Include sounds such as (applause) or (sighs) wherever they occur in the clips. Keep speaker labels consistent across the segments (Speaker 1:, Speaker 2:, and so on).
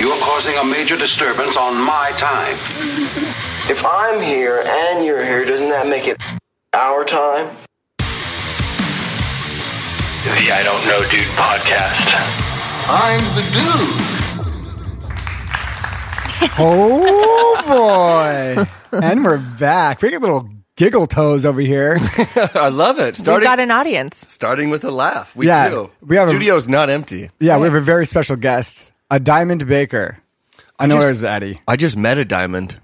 Speaker 1: a major disturbance on my time.
Speaker 2: If I'm here and you're here, doesn't that make it our time?
Speaker 3: The I Don't Know Dude podcast.
Speaker 4: I'm the dude.
Speaker 5: Oh boy! and we're back. Bring your little giggle toes over here.
Speaker 6: I love it.
Speaker 7: We've
Speaker 6: Starting
Speaker 7: got an audience.
Speaker 6: starting with a laugh. We
Speaker 5: Yeah,
Speaker 6: do.
Speaker 5: we have a-
Speaker 6: Studio's not empty.
Speaker 5: Yeah, we have a very special guest, a diamond baker. I know where's Eddie.
Speaker 6: I just met a diamond.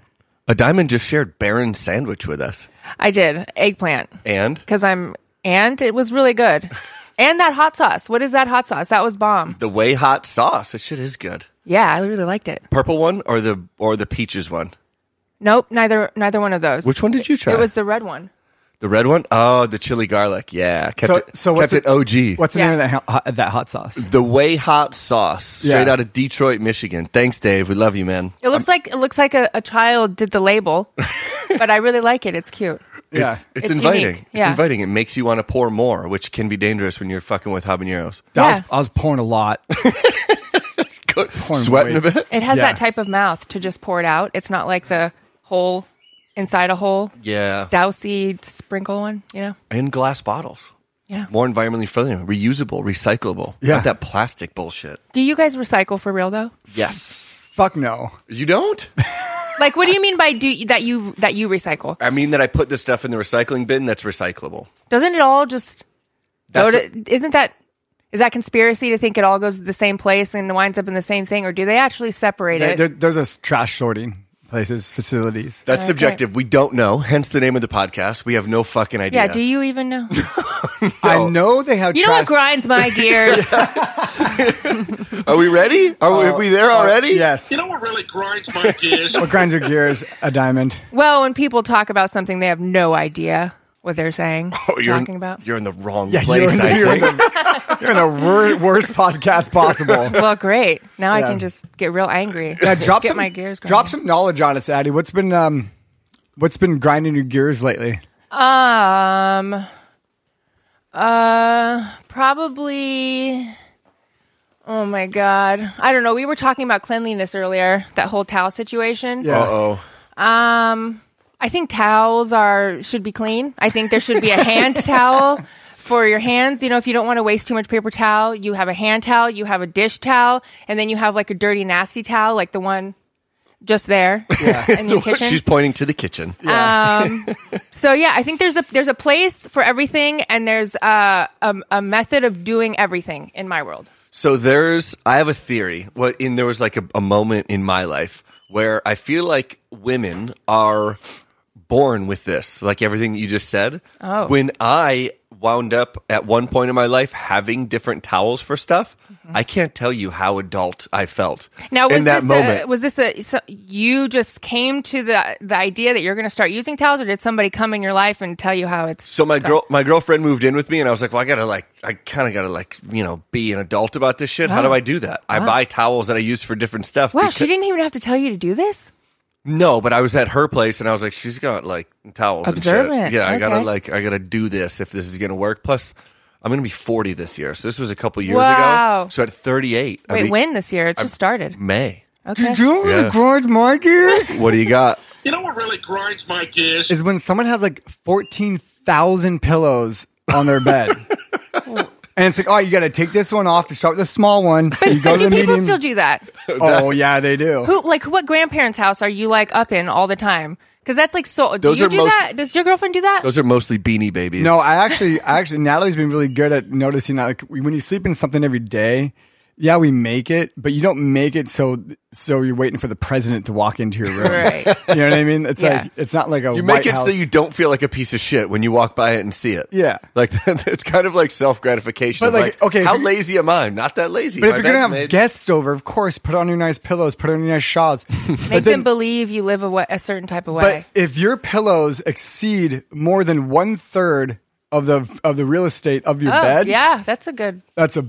Speaker 6: A diamond just shared Baron sandwich with us.
Speaker 7: I did eggplant
Speaker 6: And
Speaker 7: because I'm and it was
Speaker 6: (laughs)
Speaker 7: really good. And that hot sauce. What is that hot sauce? That was bomb.
Speaker 6: the way hot sauce. That shit is good.
Speaker 7: Yeah, I really liked it.
Speaker 6: Purple one or the or the peaches one?
Speaker 7: Nope, neither neither one of those.
Speaker 6: Which one did you try?
Speaker 7: It was the red one.
Speaker 6: The red one? Oh, the chili garlic. Yeah. Kept it, kept it OG.
Speaker 5: What's the
Speaker 7: Yeah.
Speaker 5: name of that hot, hot- that hot sauce?
Speaker 6: the way hot sauce straight
Speaker 5: Yeah.
Speaker 6: out of Detroit, Michigan. Thanks, Dave. We love you, man.
Speaker 7: It looks like it looks like a, a child did
Speaker 6: (laughs)
Speaker 7: the label, but I really like it. It's cute.
Speaker 5: Yeah,
Speaker 6: It's, it's
Speaker 7: It's
Speaker 6: inviting.
Speaker 7: unique.
Speaker 6: It's
Speaker 7: Yeah.
Speaker 6: inviting. It makes you want to pour more, which can be dangerous when you're fucking with
Speaker 5: (laughs)
Speaker 6: habaneros.
Speaker 5: I,
Speaker 7: Yeah,
Speaker 5: was, I was pouring a (laughs) lot. Pouring
Speaker 6: Sweating
Speaker 5: weight.
Speaker 6: a bit.
Speaker 7: it has
Speaker 5: yeah.
Speaker 7: that type of mouth to just pour it out. It's not like the hole inside a hole,
Speaker 6: Yeah.
Speaker 7: dousy sprinkle one. You know?
Speaker 6: In glass bottles.
Speaker 7: Yeah.
Speaker 6: More environmentally friendly, reusable, recyclable.
Speaker 5: Yeah.
Speaker 6: Not that plastic bullshit.
Speaker 7: Do you guys recycle for real though?
Speaker 6: Yes.
Speaker 5: Fuck no.
Speaker 6: You don't?
Speaker 7: Like, what do you mean by do that you that you recycle?
Speaker 6: I mean that I put this stuff in the recycling bin that's recyclable.
Speaker 7: Doesn't it all just go
Speaker 6: That's
Speaker 7: to? isn't that is that conspiracy to think it all goes to the same place and winds up in the same thing, or do they actually separate
Speaker 5: There,
Speaker 7: it?
Speaker 5: there- there's a s- trash sorting places, facilities.
Speaker 6: that's subjective. We don't know. Hence the name of the podcast. We have no fucking idea.
Speaker 7: yeah. Do you even know?
Speaker 5: I know they have.
Speaker 7: You
Speaker 5: trash
Speaker 7: know what grinds my gears?
Speaker 6: Are we ready? Are, we, are we
Speaker 5: Uh,
Speaker 6: there already?
Speaker 5: Yes.
Speaker 4: You know what really grinds my
Speaker 5: (laughs)
Speaker 4: gears?
Speaker 5: What grinds your gears? A diamond.
Speaker 7: Well, when people talk about something, they have no idea what they're saying,
Speaker 6: Oh, you're
Speaker 7: talking
Speaker 6: in,
Speaker 7: about.
Speaker 6: You're in the wrong
Speaker 5: Yeah,
Speaker 6: place.
Speaker 5: (laughs) you're,
Speaker 6: I
Speaker 5: in the, you're, in
Speaker 6: think.
Speaker 5: the, you're in the wor- worst podcast possible.
Speaker 7: (laughs) Well, great. Now I
Speaker 5: Yeah.
Speaker 7: can just get real angry.
Speaker 5: Yeah, drop
Speaker 7: get
Speaker 5: some,
Speaker 7: my gears.
Speaker 5: Drop
Speaker 7: grinding.
Speaker 5: some knowledge on us, Addy. What's been um, what's been grinding your gears lately?
Speaker 7: Um. Uh, probably. Oh my god, I don't know. We were talking about cleanliness earlier. That whole towel situation.
Speaker 5: Yeah.
Speaker 6: Uh oh.
Speaker 7: Um, I think towels are should be clean. I think there should be a hand towel for your hands. You know, if you don't want to waste too much paper towel, you have a hand towel, you have a dish towel, and then you have like a dirty nasty towel, like the one
Speaker 6: (laughs)
Speaker 7: just there in the kitchen.
Speaker 6: She's pointing to the kitchen.
Speaker 7: Um, so yeah, I think there's a there's a place for everything, and there's uh, a a method of doing everything in my world.
Speaker 6: So there's, I have a theory. What in there was like a, a moment in my life where I feel like women are born with this, like everything that you just said.
Speaker 7: Oh.
Speaker 6: When I wound up at one point in my life having different towels for stuff, I can't tell you how adult I felt
Speaker 7: Mm-hmm. Now was
Speaker 6: in that
Speaker 7: this
Speaker 6: moment.
Speaker 7: A, was this a so you just came to the the idea that you're going to start using towels, or did somebody come in your life and tell you how it's
Speaker 6: so my girl, my girlfriend moved in with me, and I was like, "Well, I gotta like, I kind of gotta like, you know, be an adult about this shit. How do I do that? I buy towels that I use for different stuff.
Speaker 7: wow?
Speaker 6: because-
Speaker 7: Oh. She didn't even have to tell you to do this.
Speaker 6: No, but I was at her place and I was like, she's got like towels and
Speaker 7: Observant.
Speaker 6: shit. Yeah, I gotta
Speaker 7: Okay.
Speaker 6: like, I gotta do this if this is gonna work. Plus, I'm gonna be 40 this year, so this was a couple years
Speaker 7: Wow.
Speaker 6: ago. So at 38, I
Speaker 7: Wait,
Speaker 6: mean,
Speaker 7: when this year? It just started.
Speaker 6: May.
Speaker 7: (laughs) Okay.
Speaker 5: Do you know what
Speaker 6: Yeah.
Speaker 5: grinds my gears?
Speaker 6: What do you got?
Speaker 4: You know what really grinds my gears?
Speaker 5: Is when someone has like fourteen thousand pillows on their
Speaker 7: (laughs)
Speaker 5: bed, and it's like, oh, you got to take this one off to start with the small one. you go to
Speaker 7: But
Speaker 5: the
Speaker 7: do people
Speaker 5: medium.
Speaker 7: still do (laughs) that?
Speaker 5: oh yeah, they do.
Speaker 7: Who like what grandparents' house are you like up in all the time? Because that's like so. Do
Speaker 6: Those
Speaker 7: you
Speaker 6: are
Speaker 7: do
Speaker 6: most-
Speaker 7: that? Does your girlfriend do that?
Speaker 6: Those are mostly beanie babies.
Speaker 5: No, I actually, I actually, Natalie's been really good at noticing that. Like when you sleep in something every day, yeah, we make it, but you don't make it so so you're waiting for the president to walk into your room.
Speaker 7: right.
Speaker 5: You know what I mean? It's
Speaker 7: Yeah.
Speaker 5: like it's not like a
Speaker 6: you
Speaker 5: White
Speaker 6: make it so
Speaker 5: House-
Speaker 6: you don't feel like a piece of shit when you walk by it and see it.
Speaker 5: Yeah.
Speaker 6: like (laughs) it's kind of like self gratification.
Speaker 5: But,
Speaker 6: Like,
Speaker 5: like, okay, if
Speaker 6: how
Speaker 5: you're-
Speaker 6: lazy am I? Not that lazy.
Speaker 5: But if
Speaker 6: My
Speaker 5: you're gonna
Speaker 6: bed's
Speaker 5: have
Speaker 6: made-
Speaker 5: guests over, of course, put on your nice pillows, put on your nice
Speaker 7: (laughs)
Speaker 5: shawls.
Speaker 7: Make
Speaker 5: but then-
Speaker 7: them believe you live a, wa- a certain type of way.
Speaker 5: but if your pillows exceed more than one third of the of the real estate of your
Speaker 7: oh,
Speaker 5: bed,
Speaker 7: yeah, that's a good
Speaker 5: that's a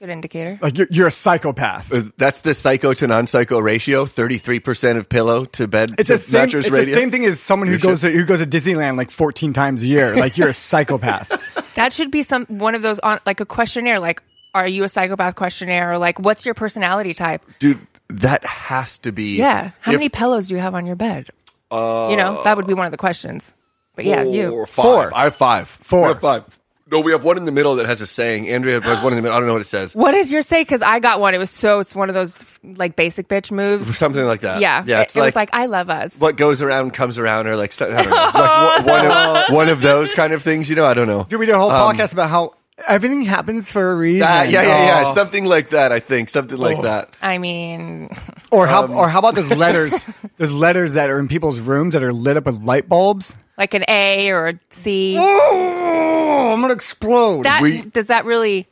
Speaker 7: good indicator.
Speaker 5: like you're, you're a psychopath.
Speaker 6: Uh, That's the psycho to non psycho ratio. Thirty three percent of pillow to bed.
Speaker 5: It's
Speaker 6: to
Speaker 5: the same.
Speaker 6: mattress
Speaker 5: It's the
Speaker 6: radio.
Speaker 5: same thing as someone who
Speaker 6: You should-
Speaker 5: goes to who goes to Disneyland like 14 times a year. Like (laughs) you're a psychopath.
Speaker 7: That should be some one of those on like a questionnaire, like are you a psychopath questionnaire, or like what's your personality type?
Speaker 6: dude that has to be
Speaker 7: Yeah. How
Speaker 6: if-
Speaker 7: many pillows do you have on your bed? you know, that would be one of the questions. But yeah,
Speaker 6: Four,
Speaker 7: you.
Speaker 6: five.
Speaker 5: Four.
Speaker 6: I have five.
Speaker 5: Four.
Speaker 6: I have five. No, we have one in the middle that has a saying. Andrea has one in the middle. I don't know what it says.
Speaker 7: What is your say? Because I got one. It was so, it's one of those like basic bitch moves.
Speaker 6: Something like that.
Speaker 7: Yeah.
Speaker 6: Yeah.
Speaker 7: It-
Speaker 6: It's
Speaker 7: it, was
Speaker 6: like
Speaker 7: like, I love us.
Speaker 6: what goes around comes around, or like, so- I don't know, It's like one, one
Speaker 7: (laughs)
Speaker 6: of, one of those kind of things. You know, I don't know.
Speaker 5: Dude, we did a whole
Speaker 6: Um,
Speaker 5: podcast about how everything happens for a reason.
Speaker 6: Ah, yeah, yeah, yeah.
Speaker 5: Oh.
Speaker 6: Something like that. I think something like that.
Speaker 7: I mean,
Speaker 5: Or how or how about those (laughs) letters? those letters that are in people's rooms that are lit up with light bulbs.
Speaker 7: like an A or a C.
Speaker 5: Oh, I'm gonna explode.
Speaker 7: That
Speaker 6: we-
Speaker 7: does that really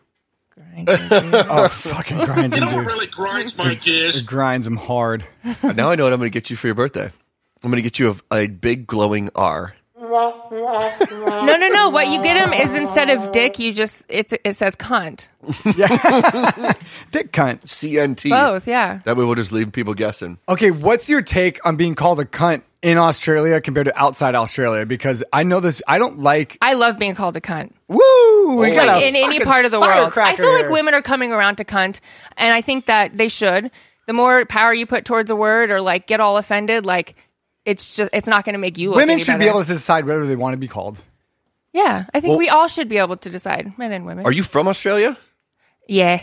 Speaker 7: grind? you?
Speaker 5: (laughs) oh, fucking grinds
Speaker 4: You
Speaker 5: him,
Speaker 4: know what
Speaker 5: dude.
Speaker 4: really grinds my gears?
Speaker 5: It grinds him hard.
Speaker 6: now I know what I'm going to get you for your birthday. I'm going to get you a, a big glowing R.
Speaker 7: no, no, no. What you get him is instead of dick, you just it's it says cunt.
Speaker 5: E. Dick cunt.
Speaker 6: CNT.
Speaker 7: Both, yeah.
Speaker 6: That way we'll just leave people guessing.
Speaker 5: Okay, what's your take on being called a cunt in Australia compared to outside Australia? Because I know this. I don't like.
Speaker 7: I love being called a cunt.
Speaker 5: Woo! We got
Speaker 7: like
Speaker 5: a
Speaker 7: Oh in any
Speaker 5: fucking
Speaker 7: part of the world. I
Speaker 5: firecracker
Speaker 7: feel like
Speaker 5: here.
Speaker 7: women are coming around to cunt, and I think that they should. The more power you put towards a word, or like get all offended, like it's just it's not going to make you. Look
Speaker 5: Women
Speaker 7: any
Speaker 5: should be
Speaker 7: better.
Speaker 5: able to decide whatever they want to be called.
Speaker 7: Yeah, I think
Speaker 6: Well-
Speaker 7: we all should be able to decide, men and women.
Speaker 6: Are you from Australia?
Speaker 7: yeah.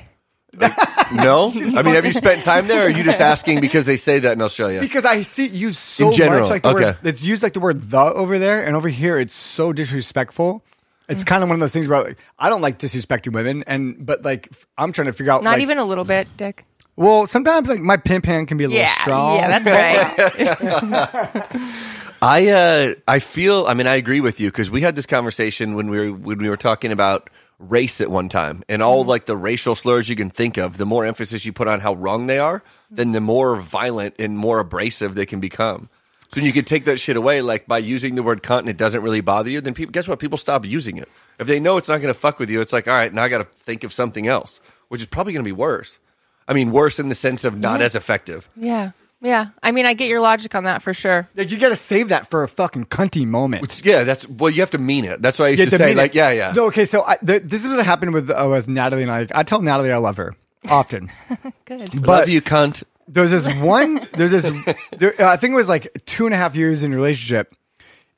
Speaker 6: No. I mean, have you spent time there? Or are you just asking because they say that in Australia?
Speaker 5: Because I see it used so
Speaker 6: In general,
Speaker 5: much like the word
Speaker 6: okay.
Speaker 5: it's used like the word the over there, and over here it's so disrespectful. It's
Speaker 7: Mm.
Speaker 5: kind of one of those things where like, I don't like disrespecting women, and but like f- I'm trying to figure out
Speaker 7: Not
Speaker 5: like,
Speaker 7: even a little bit, Dick.
Speaker 5: well sometimes like my pimp hand can be a little
Speaker 7: Yeah,
Speaker 5: strong. (laughs)
Speaker 7: yeah, that's right.
Speaker 6: I uh, I feel. I mean, I agree with you because we had this conversation when we were when we were talking about race at one time and all like the racial slurs you can think of. The more emphasis you put on how wrong they are, then the more violent and more abrasive they can become. So you can take that shit away, like by using the word cunt, and it doesn't really bother you. Then people, guess what? People stop using it if they know it's not going to fuck with you. It's like, all right, now I got to think of something else, which is probably going to be worse. I mean, worse in the sense of not as effective.
Speaker 7: yeah, yeah. I mean, I get your logic on that for sure.
Speaker 5: Like you got to save that for a fucking cunty moment.
Speaker 6: It's- yeah, that's well, you have to mean it. That's why I used
Speaker 5: Yeah,
Speaker 6: to say,
Speaker 5: demeanor.
Speaker 6: like, yeah, yeah.
Speaker 5: No, okay, so I, th- this is what happened with uh, with Natalie and I. I tell Natalie I love her often.
Speaker 7: (laughs) Good.
Speaker 6: Love
Speaker 5: But-
Speaker 6: you, cunt.
Speaker 5: there's this one there's this there, i think it was like two and a half years in a relationship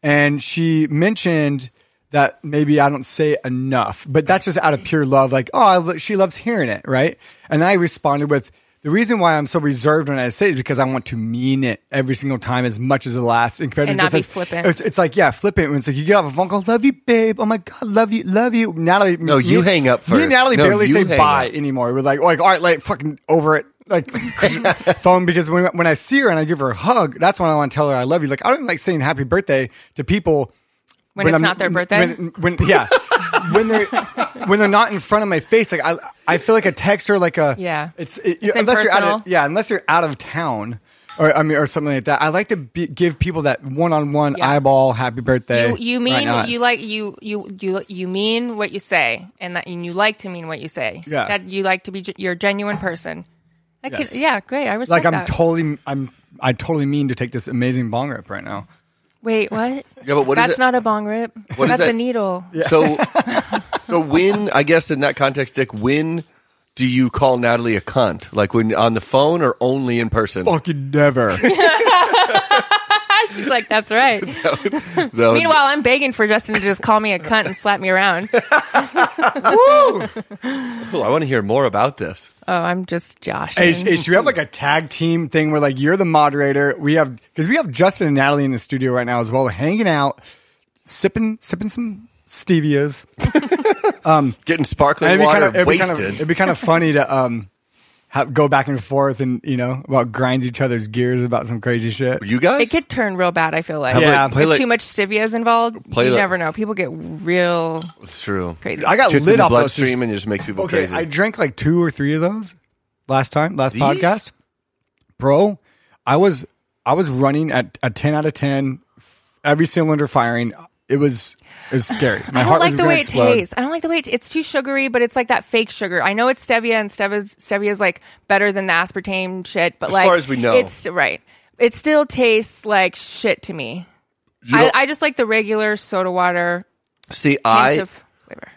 Speaker 5: and she mentioned that maybe i don't say enough but that's just out of pure love like oh I lo- she loves hearing it right and i responded with the reason why i'm so reserved when i say it is because i want to mean it every single time as much as the last and, compared
Speaker 7: And
Speaker 5: to
Speaker 7: not
Speaker 5: just
Speaker 7: be
Speaker 5: as-
Speaker 7: flippant.
Speaker 5: it's, it's like yeah flippant when it's like you get off a phone call love you babe oh my god love you love you natalie
Speaker 6: No, you hang up
Speaker 5: me
Speaker 6: first.
Speaker 5: and natalie
Speaker 6: No,
Speaker 5: barely
Speaker 6: you
Speaker 5: say
Speaker 6: hang
Speaker 5: bye
Speaker 6: up.
Speaker 5: anymore. We're like, like, all right, like, fucking over it. Like, (laughs) phone, because when, when I see her and I give her a hug, that's when I want to tell her I love you. Like, I don't like saying happy birthday to people
Speaker 7: When, it's not their birthday.
Speaker 5: When, when-
Speaker 7: (laughs)
Speaker 5: yeah. when they're when they're not in front of my face, like I I feel like a text or like a
Speaker 7: Yeah.
Speaker 5: It's, it,
Speaker 7: It's
Speaker 5: unless you're out
Speaker 7: impersonal.
Speaker 5: of, yeah unless you're out of town or I mean or something like that. I like to be, give people that one on one
Speaker 7: Yeah.
Speaker 5: eyeball happy birthday.
Speaker 7: You, you
Speaker 5: right
Speaker 7: mean
Speaker 5: now.
Speaker 7: you like you you you you mean what you say, and that and you like to mean what you say.
Speaker 5: Yeah.
Speaker 7: that you like to be ge- you're a genuine person. I could,
Speaker 5: Yes.
Speaker 7: yeah, great. I
Speaker 5: like
Speaker 7: respect
Speaker 5: I'm
Speaker 7: that.
Speaker 5: totally I'm I totally mean to take this amazing bong rip right now.
Speaker 7: Wait, what?
Speaker 6: Yeah, but what is
Speaker 7: That's
Speaker 6: it-
Speaker 7: not a bong rip.
Speaker 6: What is
Speaker 7: That's
Speaker 6: that? (laughs)
Speaker 7: a needle. (laughs)
Speaker 5: (laughs)
Speaker 6: So, so when I guess in that context, Dick, when do you call Natalie a cunt? Like when on the phone or only in person?
Speaker 5: Fucking never.
Speaker 7: She's like,
Speaker 6: (laughs)
Speaker 7: that's right.
Speaker 6: Though-
Speaker 7: Meanwhile, I'm begging for Justin to just call me a cunt and slap me around. (laughs) Oh,
Speaker 6: Cool, I want to hear more about this.
Speaker 7: I'm just Josh.
Speaker 5: Hey, sh- hey, should we have like a tag team thing where like you're the moderator? We have because we have Justin and Natalie in the studio right now as well, hanging out, sipping sipping some stevias.
Speaker 6: Getting sparkling
Speaker 5: it'd be
Speaker 6: water
Speaker 5: kind of it'd be kind
Speaker 6: wasted.
Speaker 5: of, it'd
Speaker 6: (laughs)
Speaker 5: be kind of funny to um have, go back and forth and you know about grinds each other's gears about some crazy shit.
Speaker 6: you guys
Speaker 7: it could turn real bad. I feel like
Speaker 5: Yeah,
Speaker 6: Like, play
Speaker 7: If
Speaker 6: like-
Speaker 7: too much stevia is involved,
Speaker 6: Play
Speaker 7: you
Speaker 6: like-
Speaker 7: never know. People get real
Speaker 6: It's true.
Speaker 7: crazy.
Speaker 5: I got
Speaker 6: Gets in
Speaker 5: lit
Speaker 6: the
Speaker 5: off those.
Speaker 6: bloodstream and just make people
Speaker 5: okay,
Speaker 6: crazy.
Speaker 5: I drank like two or three of those last time, last
Speaker 6: These?
Speaker 5: podcast, bro. I was I was running at a ten out of ten, every cylinder firing. It was it was scary. My
Speaker 7: I don't
Speaker 5: heart
Speaker 7: like
Speaker 5: was
Speaker 7: the
Speaker 5: gonna
Speaker 7: way
Speaker 5: explode.
Speaker 7: it tastes. I don't like the way it, it's too sugary, but it's like that fake sugar. I know it's stevia, and stevia's stevia's like better than the aspartame shit. But
Speaker 6: As
Speaker 7: like,
Speaker 6: far as we know.
Speaker 7: it's right. It still tastes like shit to me. I,
Speaker 6: don't-
Speaker 7: I just like the regular soda water
Speaker 6: See,
Speaker 7: hint
Speaker 6: I
Speaker 7: of flavor.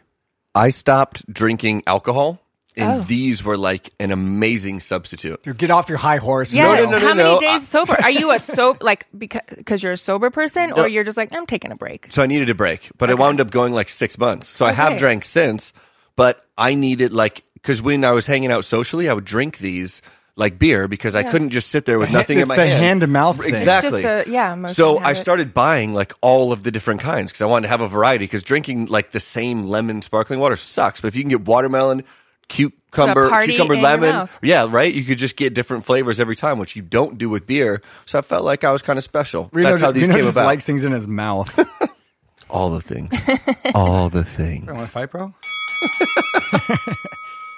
Speaker 6: I stopped drinking alcohol and
Speaker 7: Oh.
Speaker 6: these were like an amazing substitute.
Speaker 5: Dude, get off your high horse.
Speaker 7: Yeah.
Speaker 5: No, no,
Speaker 6: no,
Speaker 7: How
Speaker 6: no,
Speaker 7: many
Speaker 6: no,
Speaker 7: days
Speaker 6: I-
Speaker 7: (laughs) sober? Are you a soap like because you're a sober person, or you're just like I'm taking a break?
Speaker 6: So I needed a break, but I wound up going like six months. So I have
Speaker 7: Okay.
Speaker 6: drank since, but I needed like because when I was hanging out socially, I would drink these like beer because I couldn't just sit there
Speaker 5: (laughs)
Speaker 6: with nothing
Speaker 5: it's
Speaker 6: in my
Speaker 5: the
Speaker 6: hand.
Speaker 5: hand to mouth thing. It's
Speaker 6: Exactly.
Speaker 7: just a- yeah, most
Speaker 6: So
Speaker 7: men have
Speaker 6: I
Speaker 7: it.
Speaker 6: started buying like all of the different kinds because I wanted to have a variety. Because drinking like the same lemon sparkling water sucks, but if you can get watermelon, cucumber,
Speaker 7: So a party
Speaker 6: cucumber
Speaker 7: in your
Speaker 6: lemon,
Speaker 7: mouth.
Speaker 6: yeah, right. You could just get different flavors every time, which you don't do with beer. So I felt like I was kind of special.
Speaker 5: Reno,
Speaker 6: That's how these
Speaker 5: Reno
Speaker 6: came
Speaker 5: just
Speaker 6: about.
Speaker 5: likes things in his mouth.
Speaker 6: all the things, all the things.
Speaker 5: Want (laughs) to fight, bro?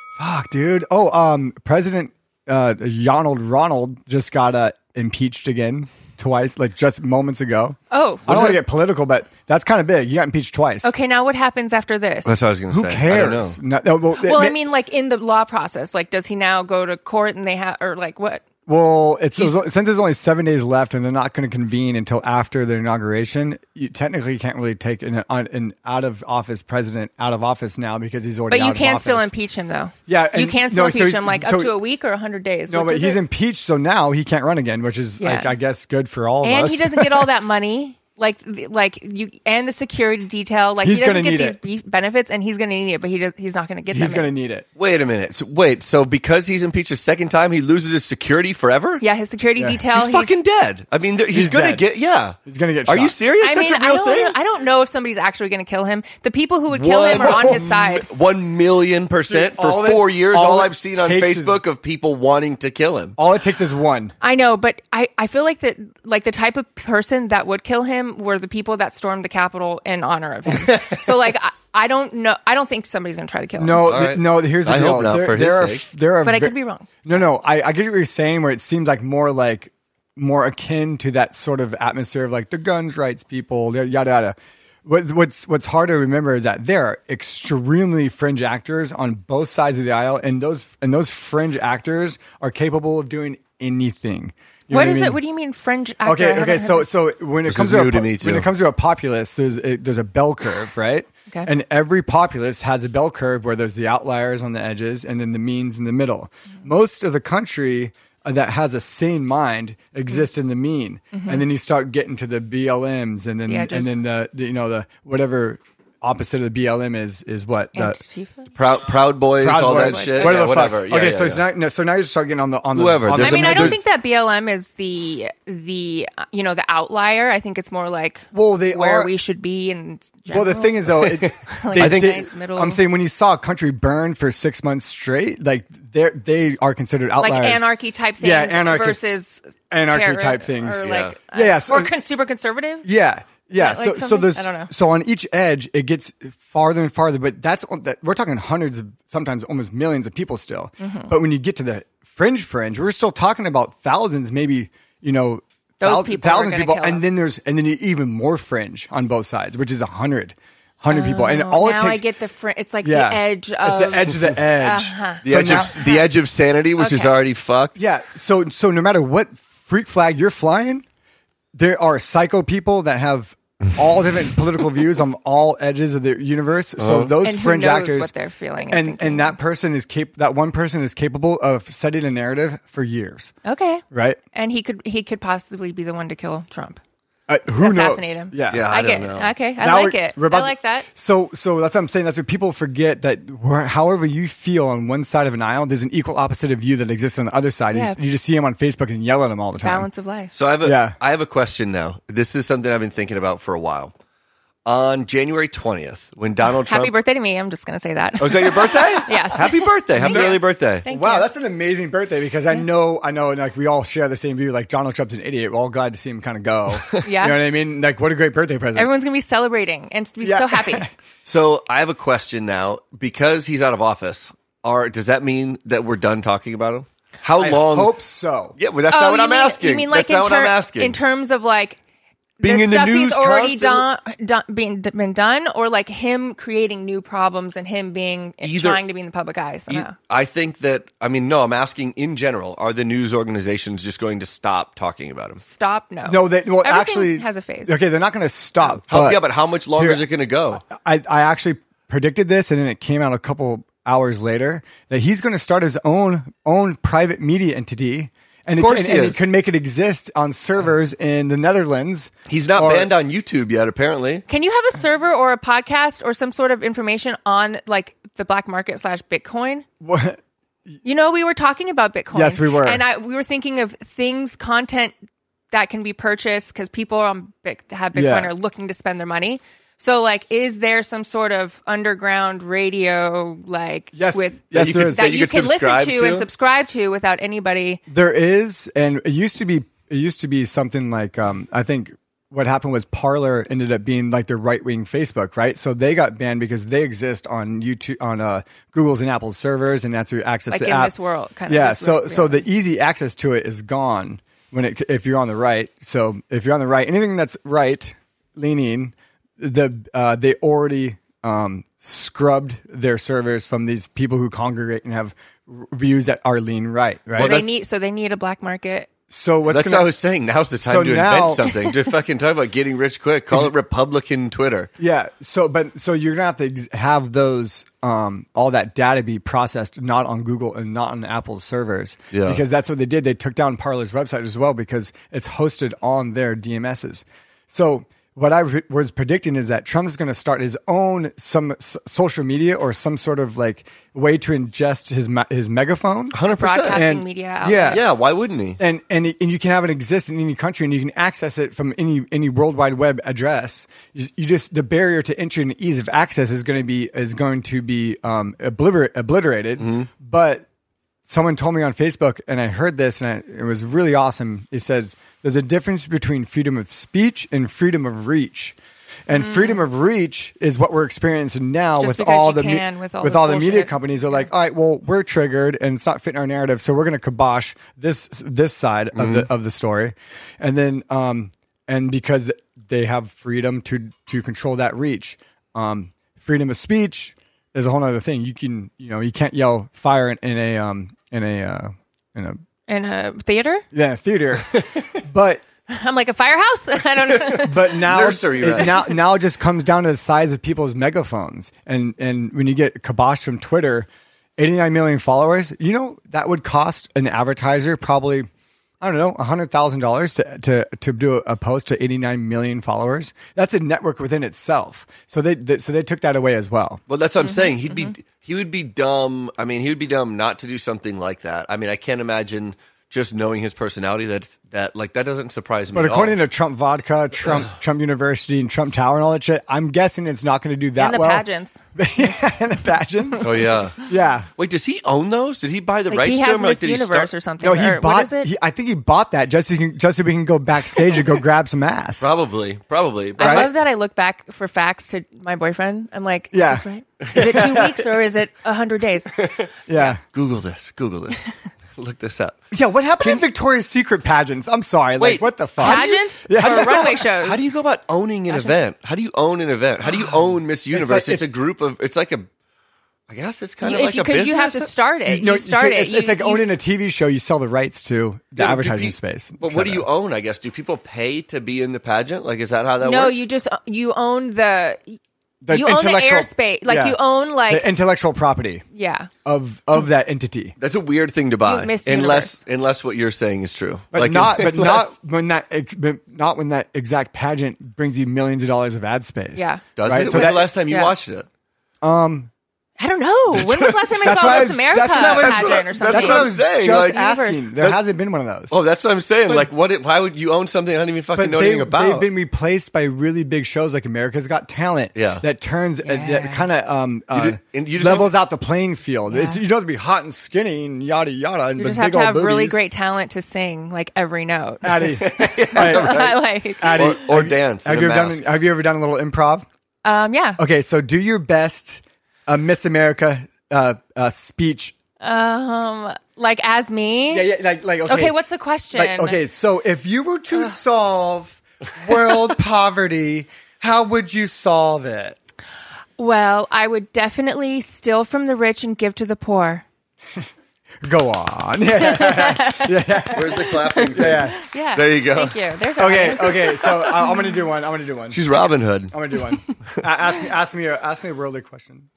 Speaker 5: Fuck, dude. Oh, um, President uh, Donald Ronald just got uh, impeached again twice, like just moments ago.
Speaker 7: Oh,
Speaker 5: I don't want to get political, but that's kind of big. You got impeached twice.
Speaker 7: okay. Now what happens after this?
Speaker 6: That's what I was going to
Speaker 5: Who
Speaker 6: say. I
Speaker 5: cares?
Speaker 6: don't know.
Speaker 5: No, no, well,
Speaker 7: well,
Speaker 5: it-
Speaker 7: I mean, like in the law process, like does he now go to court and they have or like what?
Speaker 5: well, it's since there's only seven days left, and they're not going to convene until after the inauguration. You technically can't really take an, an out of office president out of office now because he's already.
Speaker 7: But you
Speaker 5: out of
Speaker 7: can still
Speaker 5: office.
Speaker 7: impeach him though.
Speaker 5: Yeah,
Speaker 7: you
Speaker 5: and-
Speaker 7: can still
Speaker 5: no, so
Speaker 7: impeach
Speaker 5: he's-
Speaker 7: him like
Speaker 5: so-
Speaker 7: up to a week or hundred days.
Speaker 5: No,
Speaker 7: What
Speaker 5: but
Speaker 7: is
Speaker 5: he's
Speaker 7: it?
Speaker 5: impeached, so now he can't run again, which is, like,
Speaker 7: Yeah.
Speaker 5: I guess, good for all of
Speaker 7: and
Speaker 5: us. (laughs)
Speaker 7: he doesn't get all that money. Like, th- like you and the security detail. Like
Speaker 5: He's
Speaker 7: he doesn't
Speaker 5: gonna
Speaker 7: get
Speaker 5: need
Speaker 7: these
Speaker 5: it.
Speaker 7: be benefits, and he's going to need it. But he does. He's not going to get.
Speaker 5: He's
Speaker 7: them
Speaker 5: going to need it.
Speaker 6: Wait a minute. So, wait. So because he's impeached a second time, he loses his security forever.
Speaker 7: Yeah, his security
Speaker 5: Yeah.
Speaker 7: detail.
Speaker 6: He's, fucking dead. I mean, there- he's,
Speaker 5: He's
Speaker 6: gonna
Speaker 5: dead.
Speaker 6: get. Yeah,
Speaker 5: He's gonna get
Speaker 6: Are you
Speaker 5: shot.
Speaker 6: serious?
Speaker 7: I
Speaker 6: That's
Speaker 7: mean,
Speaker 6: a real
Speaker 7: I don't.
Speaker 6: thing.
Speaker 7: Know, I don't know if somebody's actually going to kill him. The people who would kill him are on
Speaker 5: (laughs)
Speaker 7: his side.
Speaker 6: One million percent
Speaker 5: Dude, all
Speaker 6: for
Speaker 5: that-
Speaker 6: four years.
Speaker 5: all
Speaker 6: All,
Speaker 5: it
Speaker 6: I've seen on
Speaker 5: takes is-
Speaker 6: Facebook of people wanting to kill him.
Speaker 5: All it takes is one.
Speaker 7: I know, but I, I feel like that like the type of person that would kill him were the people that stormed the Capitol in honor
Speaker 5: (laughs)
Speaker 7: of him. so like I, I don't know. I don't think somebody's going to try to kill him.
Speaker 5: No,
Speaker 6: All
Speaker 5: th-
Speaker 6: right.
Speaker 5: no. Here's the
Speaker 6: I
Speaker 5: deal.
Speaker 6: hope not,
Speaker 5: there,
Speaker 6: for
Speaker 5: there
Speaker 6: his
Speaker 5: are,
Speaker 6: sake.
Speaker 5: There are
Speaker 7: But I
Speaker 5: ve-
Speaker 7: could be wrong.
Speaker 5: No, no. I, I get what you're saying. Where it seems like more like more akin to that sort of atmosphere of like the guns rights people, yada yada, yada. What, what's what's hard to remember is that there are extremely fringe actors on both sides of the aisle, and those and those fringe actors are capable of doing anything. You know
Speaker 7: What
Speaker 5: I
Speaker 7: is
Speaker 5: mean?
Speaker 7: it? What do you mean French actor? I
Speaker 5: Okay,
Speaker 7: haven't
Speaker 5: okay.
Speaker 7: heard
Speaker 5: So,
Speaker 7: this.
Speaker 5: so when it
Speaker 6: This
Speaker 5: comes
Speaker 6: is
Speaker 5: to, a,
Speaker 6: new to
Speaker 5: po-
Speaker 6: me,
Speaker 5: when
Speaker 6: too.
Speaker 5: it comes to a populace, there's a, there's a bell curve, right?
Speaker 7: Okay.
Speaker 5: And every populace has a bell curve where there's the outliers on the edges and then the means in the middle.
Speaker 7: Mm-hmm.
Speaker 5: Most of the country uh, that has a sane mind exists in the mean, and then you start getting to the BLMs, and then and
Speaker 7: Mm-hmm. The edges.
Speaker 5: then the, the you know the whatever opposite of the BLM is is what the.
Speaker 7: Antifa?
Speaker 6: Proud, proud boys,
Speaker 5: Proud
Speaker 6: all
Speaker 5: Boys,
Speaker 6: that shit. Yeah,
Speaker 5: Whatever the fuck.
Speaker 6: Yeah,
Speaker 5: okay,
Speaker 6: yeah,
Speaker 5: so
Speaker 6: yeah.
Speaker 5: it's not. No, so now you just start getting on the on
Speaker 6: Whoever,
Speaker 5: the. On
Speaker 7: I
Speaker 6: there's
Speaker 5: the
Speaker 7: mean,
Speaker 6: a-
Speaker 7: I don't
Speaker 6: there's-
Speaker 7: think that BLM is the the uh, you know the outlier. I think it's more like
Speaker 5: Well, they
Speaker 7: where
Speaker 5: are-
Speaker 7: we should be. And
Speaker 5: Well, the thing is, though, it, (laughs)
Speaker 7: (laughs) Like
Speaker 5: they
Speaker 7: I think-
Speaker 5: did-
Speaker 7: nice middle.
Speaker 5: I'm saying when you saw a country burn for six months straight, like they they are considered
Speaker 7: like
Speaker 5: outliers,
Speaker 7: anarchy type things,
Speaker 5: Yeah, anarchist-
Speaker 7: versus
Speaker 5: anarchy
Speaker 7: terror-
Speaker 5: type things.
Speaker 7: or
Speaker 5: Yeah.
Speaker 7: like
Speaker 5: Yeah, yeah, so-
Speaker 7: or con- super conservative.
Speaker 5: Yeah, yeah.
Speaker 7: Like
Speaker 5: so so
Speaker 7: something?
Speaker 5: there's
Speaker 7: I don't know.
Speaker 5: so on each edge it gets farther and farther, but that's on- that we're talking hundreds of sometimes almost millions of people still.
Speaker 7: Mm-hmm.
Speaker 5: But when you get to the fringe fringe, we're still talking about thousands, maybe you know.
Speaker 7: Those
Speaker 5: thou-
Speaker 7: people are
Speaker 5: thousands
Speaker 7: gonna
Speaker 5: people,
Speaker 7: kill
Speaker 5: and
Speaker 7: us.
Speaker 5: then there's and then even more fringe on both sides, which is a hundred, hundred people, and all
Speaker 7: Oh, now
Speaker 5: it takes
Speaker 7: I get the fr- it's like
Speaker 5: yeah,
Speaker 7: the edge of
Speaker 5: it's the edge of
Speaker 7: (laughs)
Speaker 5: the edge,
Speaker 7: Uh-huh.
Speaker 6: the
Speaker 5: So
Speaker 6: edge
Speaker 5: now-
Speaker 6: of the edge of sanity, which is
Speaker 7: Okay.
Speaker 6: already fucked.
Speaker 5: Yeah. So so no matter what freak flag you're flying, there are psycho people that have all different political views on all edges of the universe. So those
Speaker 7: And who
Speaker 5: fringe
Speaker 7: knows
Speaker 5: actors,
Speaker 7: what they're feeling and
Speaker 5: and
Speaker 7: thinking.
Speaker 5: and that person is cap- that one person is capable of setting a narrative for years,
Speaker 7: Okay.
Speaker 5: right?
Speaker 7: And he could he could possibly be the one to kill Trump.
Speaker 5: Uh, who
Speaker 7: Assassinate
Speaker 5: knows?
Speaker 7: him.
Speaker 5: Yeah.
Speaker 6: Yeah. I
Speaker 7: I,
Speaker 6: don't
Speaker 7: get
Speaker 6: know.
Speaker 7: okay. I
Speaker 5: Now
Speaker 7: like
Speaker 5: we're-
Speaker 7: it.
Speaker 5: we're about
Speaker 7: I
Speaker 5: to-
Speaker 7: like that.
Speaker 5: So, so that's what I'm saying. That's what people forget that where, however you feel on one side of an aisle, there's an equal opposite of you that exists on the other side. You,
Speaker 7: Yeah.
Speaker 5: just, you just see him on Facebook and yell at him all the time.
Speaker 7: Balance of life.
Speaker 6: So I have a,
Speaker 5: Yeah.
Speaker 6: I have a question now. This is something I've been thinking about for a while. On January twentieth, when Donald Trump
Speaker 7: Happy birthday to me. I'm just gonna say that.
Speaker 6: Oh, is that your birthday?
Speaker 7: Yes.
Speaker 6: Happy birthday. Happy
Speaker 7: Thank you.
Speaker 6: early birthday.
Speaker 7: (laughs) Thank
Speaker 5: Wow,
Speaker 7: you.
Speaker 5: that's an amazing birthday because I know, I know, and like we all share the same view. Like Donald Trump's an idiot. We're all glad to see him kind of go.
Speaker 7: (laughs) Yeah.
Speaker 5: you know what I mean. Like, what a great birthday present.
Speaker 7: (laughs) Everyone's gonna be celebrating and be
Speaker 5: Yeah. (laughs)
Speaker 7: so happy.
Speaker 6: So I have a question now. Because he's out of office, are does that mean that we're done talking about him? How
Speaker 5: I
Speaker 6: long?
Speaker 5: hope so.
Speaker 6: Yeah, well, that's
Speaker 7: Oh,
Speaker 6: not what
Speaker 7: you
Speaker 6: I'm
Speaker 7: mean-
Speaker 6: asking.
Speaker 7: You mean like
Speaker 6: that's not
Speaker 7: in,
Speaker 6: what
Speaker 7: ter-
Speaker 6: I'm asking.
Speaker 7: in terms of like
Speaker 6: Being
Speaker 7: the
Speaker 6: in the
Speaker 7: stuff
Speaker 6: news
Speaker 7: he's already done,
Speaker 6: constantly-
Speaker 7: done being d- been done, or like him creating new problems and him being
Speaker 6: Either-
Speaker 7: trying to be in the public eye
Speaker 6: You-
Speaker 7: somehow.
Speaker 6: I think that I mean no. I'm asking in general. Are the news organizations just going to stop talking about him?
Speaker 7: Stop. No.
Speaker 5: No, they well
Speaker 7: Everything
Speaker 5: actually
Speaker 7: has a phase.
Speaker 5: Okay, they're not going to stop.
Speaker 6: How, yeah, but how much longer
Speaker 5: Here-
Speaker 6: is it going to go?
Speaker 5: I I actually predicted this, and then it came out a couple hours later that he's going to start his own own private media entity. And,
Speaker 6: course
Speaker 5: it,
Speaker 6: he
Speaker 5: and, and
Speaker 6: is.
Speaker 5: could make it exist on servers in the Netherlands.
Speaker 6: He's not
Speaker 5: Or-
Speaker 6: banned on YouTube yet, apparently.
Speaker 7: Can you have a server or a podcast or some sort of information on like the black market slash Bitcoin?
Speaker 5: (laughs) What?
Speaker 7: You know, we were talking about Bitcoin.
Speaker 5: Yes, we were.
Speaker 7: and I, we were thinking of things, content that can be purchased because people on Bit- have Bitcoin
Speaker 5: Yeah.
Speaker 7: are looking to spend their money. So, like, is there some sort of underground radio, like,
Speaker 5: Yes,
Speaker 7: with
Speaker 5: yes,
Speaker 6: you
Speaker 5: there
Speaker 6: could
Speaker 5: is.
Speaker 6: say-
Speaker 7: that you,
Speaker 6: could
Speaker 7: can listen
Speaker 6: subscribe
Speaker 7: to,
Speaker 6: to?
Speaker 7: and subscribe to without anybody?
Speaker 5: There is, and it used to be. It used to be something like um, I think what happened was Parler ended up being like the right wing Facebook, right? So they got banned because they exist on YouTube, on uh, Google's and Apple's servers, and that's where you access
Speaker 7: Like
Speaker 5: the
Speaker 7: in
Speaker 5: app.
Speaker 7: this world, kind of
Speaker 5: yeah.
Speaker 7: this
Speaker 5: so
Speaker 7: world,
Speaker 5: so
Speaker 7: yeah.
Speaker 5: the easy access to it is gone when it if you're on the right. So if you're on the right, anything that's right leaning, the uh, they already um, scrubbed their servers from these people who congregate and have r- views that are lean right. Right.
Speaker 7: they need so they need a black market.
Speaker 5: So what's
Speaker 6: That's
Speaker 5: gonna,
Speaker 6: what I was saying. Now's the time
Speaker 5: So
Speaker 6: to
Speaker 5: now-
Speaker 6: invent something. to fucking talk about getting rich quick. Call it Republican Twitter.
Speaker 5: Yeah. So, but so you're gonna have to ex- have those um, all that data be processed not on Google and not on Apple's servers.
Speaker 6: Yeah.
Speaker 5: Because that's what they did. They took down Parler's website as well because it's hosted on their DMSs. So what I re- was predicting is that Trump's going to start his own some s- social media or some sort of like way to ingest his ma- his megaphone.
Speaker 6: 100%.
Speaker 7: Broadcast.
Speaker 5: And-
Speaker 7: media
Speaker 5: Yeah.
Speaker 7: outlet.
Speaker 6: Yeah, why wouldn't he?
Speaker 5: and and it- and you can have it exist in any country, and you can access it from any any World Wide Web address. You, you just the barrier to entry and ease of access is going to be is going to be um, obliter- obliterated.
Speaker 7: Mm-hmm.
Speaker 5: But someone told me on Facebook, and I heard this, and I, it was really awesome. It says there's a difference between freedom of speech and freedom of reach. And freedom of reach is what we're experiencing now
Speaker 7: Mm. Just
Speaker 5: with
Speaker 7: because
Speaker 5: all
Speaker 7: you
Speaker 5: the me-
Speaker 7: can with all
Speaker 5: with
Speaker 7: this
Speaker 5: all the media
Speaker 7: bullshit.
Speaker 5: companies are like, all right, well, we're triggered and it's not fitting our narrative, so we're going to kibosh this this side of the of the story, and then um and because they have freedom to to control that reach, um, freedom of speech is a whole other thing. You can you know you can't yell fire in, in a um in a uh, in a
Speaker 7: in a theater.
Speaker 5: yeah theater, but
Speaker 7: I'm like a firehouse. (laughs) I don't know.
Speaker 5: but now
Speaker 6: Nursery
Speaker 5: it-
Speaker 6: rhyme.
Speaker 5: now now it just comes down to the size of people's megaphones and and when you get kiboshed from twitter 89 million followers you know that would cost an advertiser probably I don't know, hundred thousand dollars to to to do a post to eighty nine million followers. That's a network within itself. So they, they so they took that away as well.
Speaker 6: Well, that's what
Speaker 7: Mm-hmm,
Speaker 6: I'm saying. He'd be he would be dumb. I mean, he would be dumb not to do something like that. I mean, I can't imagine just knowing his personality that that like that doesn't surprise me.
Speaker 5: But
Speaker 6: at all.
Speaker 5: according to Trump Vodka, Trump Trump University, and Trump Tower and all that shit, I'm guessing it's not going to do that
Speaker 7: and the
Speaker 5: well. (laughs)
Speaker 7: pageants.
Speaker 5: and the pageants.
Speaker 6: oh yeah,
Speaker 5: Yeah.
Speaker 6: wait, does he own those? Did he buy the
Speaker 7: Like
Speaker 6: rights
Speaker 7: he
Speaker 6: to
Speaker 7: has
Speaker 6: them? Like,
Speaker 7: Miss
Speaker 6: did he
Speaker 7: Universe
Speaker 6: start-
Speaker 7: or something.
Speaker 5: No, he
Speaker 7: or
Speaker 5: bought.
Speaker 7: What is it?
Speaker 5: he- I think he bought that just so, he can, just so we can go backstage
Speaker 7: (laughs)
Speaker 5: and go grab some ass.
Speaker 6: Probably, probably. But
Speaker 7: I
Speaker 5: right?
Speaker 7: love that I look back for facts to my boyfriend. I'm like, is
Speaker 5: Yeah.
Speaker 7: this right? Is it two weeks or is it
Speaker 5: (laughs)
Speaker 7: hundred days?
Speaker 5: Yeah.
Speaker 6: Google this. Google
Speaker 7: (laughs)
Speaker 6: this. Look this up.
Speaker 5: Yeah. What happened in Victoria's Secret pageants? I'm sorry. like,
Speaker 6: Wait.
Speaker 5: what the fuck?
Speaker 7: Pageants or runway shows?
Speaker 6: How do you go about owning an event? How do you own an event? How do
Speaker 7: (sighs)
Speaker 6: you own Miss Universe? It's,
Speaker 5: it's-
Speaker 6: a group of. It's like a. I guess it's kind
Speaker 7: You-
Speaker 6: of
Speaker 7: if
Speaker 6: like
Speaker 7: you,
Speaker 6: a business.
Speaker 7: because you have to start it. You,
Speaker 5: No,
Speaker 7: start
Speaker 5: it's,
Speaker 7: it.
Speaker 5: It's
Speaker 7: You-
Speaker 5: like
Speaker 7: you-
Speaker 5: owning a TV show. You sell the rights to the
Speaker 6: Yeah, but do
Speaker 5: advertising
Speaker 6: pe-
Speaker 5: space.
Speaker 6: But
Speaker 5: et
Speaker 6: what do
Speaker 5: cetera.
Speaker 6: you own? I guess do people pay to be in the pageant? Like, is that how that
Speaker 7: No,
Speaker 6: works?
Speaker 7: you just you own the
Speaker 5: The
Speaker 7: you own the
Speaker 5: intellectual-
Speaker 7: airspace. Like
Speaker 5: yeah.
Speaker 7: you own like
Speaker 5: the intellectual property
Speaker 7: yeah.
Speaker 5: of of that entity.
Speaker 6: That's a weird thing to buy,
Speaker 7: You missed
Speaker 6: unless unless what you're saying is true.
Speaker 5: But not,
Speaker 7: (laughs)
Speaker 5: but
Speaker 6: unless-
Speaker 5: not when that, ex- but not when that exact pageant brings you millions of dollars of ad space.
Speaker 7: Yeah.
Speaker 6: Does
Speaker 5: Right?
Speaker 6: it?
Speaker 5: So
Speaker 6: When's
Speaker 5: that-
Speaker 6: the last time you
Speaker 7: yeah.
Speaker 6: watched it?
Speaker 7: I don't know. When was the last time I
Speaker 5: That's why
Speaker 7: saw
Speaker 5: I
Speaker 7: Miss
Speaker 5: was-
Speaker 7: America
Speaker 5: that's what I was-
Speaker 6: that's
Speaker 7: pageant
Speaker 6: what-
Speaker 7: or
Speaker 6: that's
Speaker 7: something?
Speaker 5: That's what I
Speaker 6: I'm
Speaker 5: was
Speaker 6: saying,
Speaker 5: just
Speaker 6: like-
Speaker 5: asking. There
Speaker 6: That-
Speaker 5: hasn't been one of those.
Speaker 6: Oh, that's what I'm saying. like, what? It, why would you own something I don't even fucking know anything
Speaker 5: have
Speaker 6: about?
Speaker 5: been replaced by really big shows like America's Got Talent.
Speaker 6: Yeah.
Speaker 5: that turns uh,
Speaker 7: Yeah.
Speaker 5: that kind of um uh,
Speaker 6: did- and you just
Speaker 5: levels
Speaker 6: have-
Speaker 5: out the playing field. It's,
Speaker 7: Yeah.
Speaker 5: you don't have to be hot and skinny and yada yada. And
Speaker 7: You
Speaker 5: with
Speaker 7: just have
Speaker 5: big
Speaker 7: to
Speaker 5: old
Speaker 7: have really
Speaker 5: boobies.
Speaker 7: great talent to sing like every note. (laughs)
Speaker 5: Addy. All (laughs) right.
Speaker 7: like
Speaker 6: (laughs)
Speaker 5: Addy,
Speaker 6: Or- or
Speaker 5: have you-
Speaker 6: dance in
Speaker 5: Have
Speaker 6: a
Speaker 5: you, ever done,
Speaker 6: mask.
Speaker 5: have you ever done a little improv?
Speaker 7: um yeah.
Speaker 5: Okay, so do your best uh, Miss America uh, uh, speech.
Speaker 7: Um like as me.
Speaker 5: Yeah, yeah, like like okay.
Speaker 7: Okay, what's the question?
Speaker 5: Like, okay, so if you were to solve world poverty, how would you solve it?
Speaker 7: Well, I would definitely steal from the rich and give to the poor.
Speaker 5: Go on.
Speaker 6: Where's the clapping? thing?
Speaker 7: Yeah.
Speaker 6: There you go.
Speaker 7: Thank you. There's
Speaker 5: (laughs)
Speaker 7: our
Speaker 5: Okay,
Speaker 7: audience.
Speaker 5: okay. So uh, I'm gonna do one. I'm gonna do one. (laughs)
Speaker 6: She's Robin Hood.
Speaker 5: I'm gonna do one. A- ask me, ask me, a, ask me a worldly question.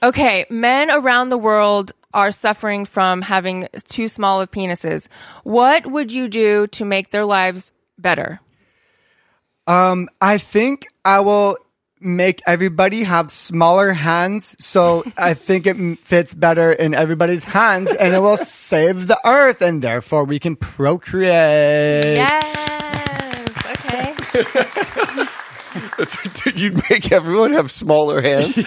Speaker 7: Okay, men around the world are suffering from having too small of penises. What would you do to make their lives better?
Speaker 5: I think I will make everybody have smaller hands, so I think it m- fits better in everybody's hands, and it will save the earth, and therefore we can procreate. (laughs)
Speaker 7: Yes. Okay.
Speaker 6: You'd make everyone have smaller hands.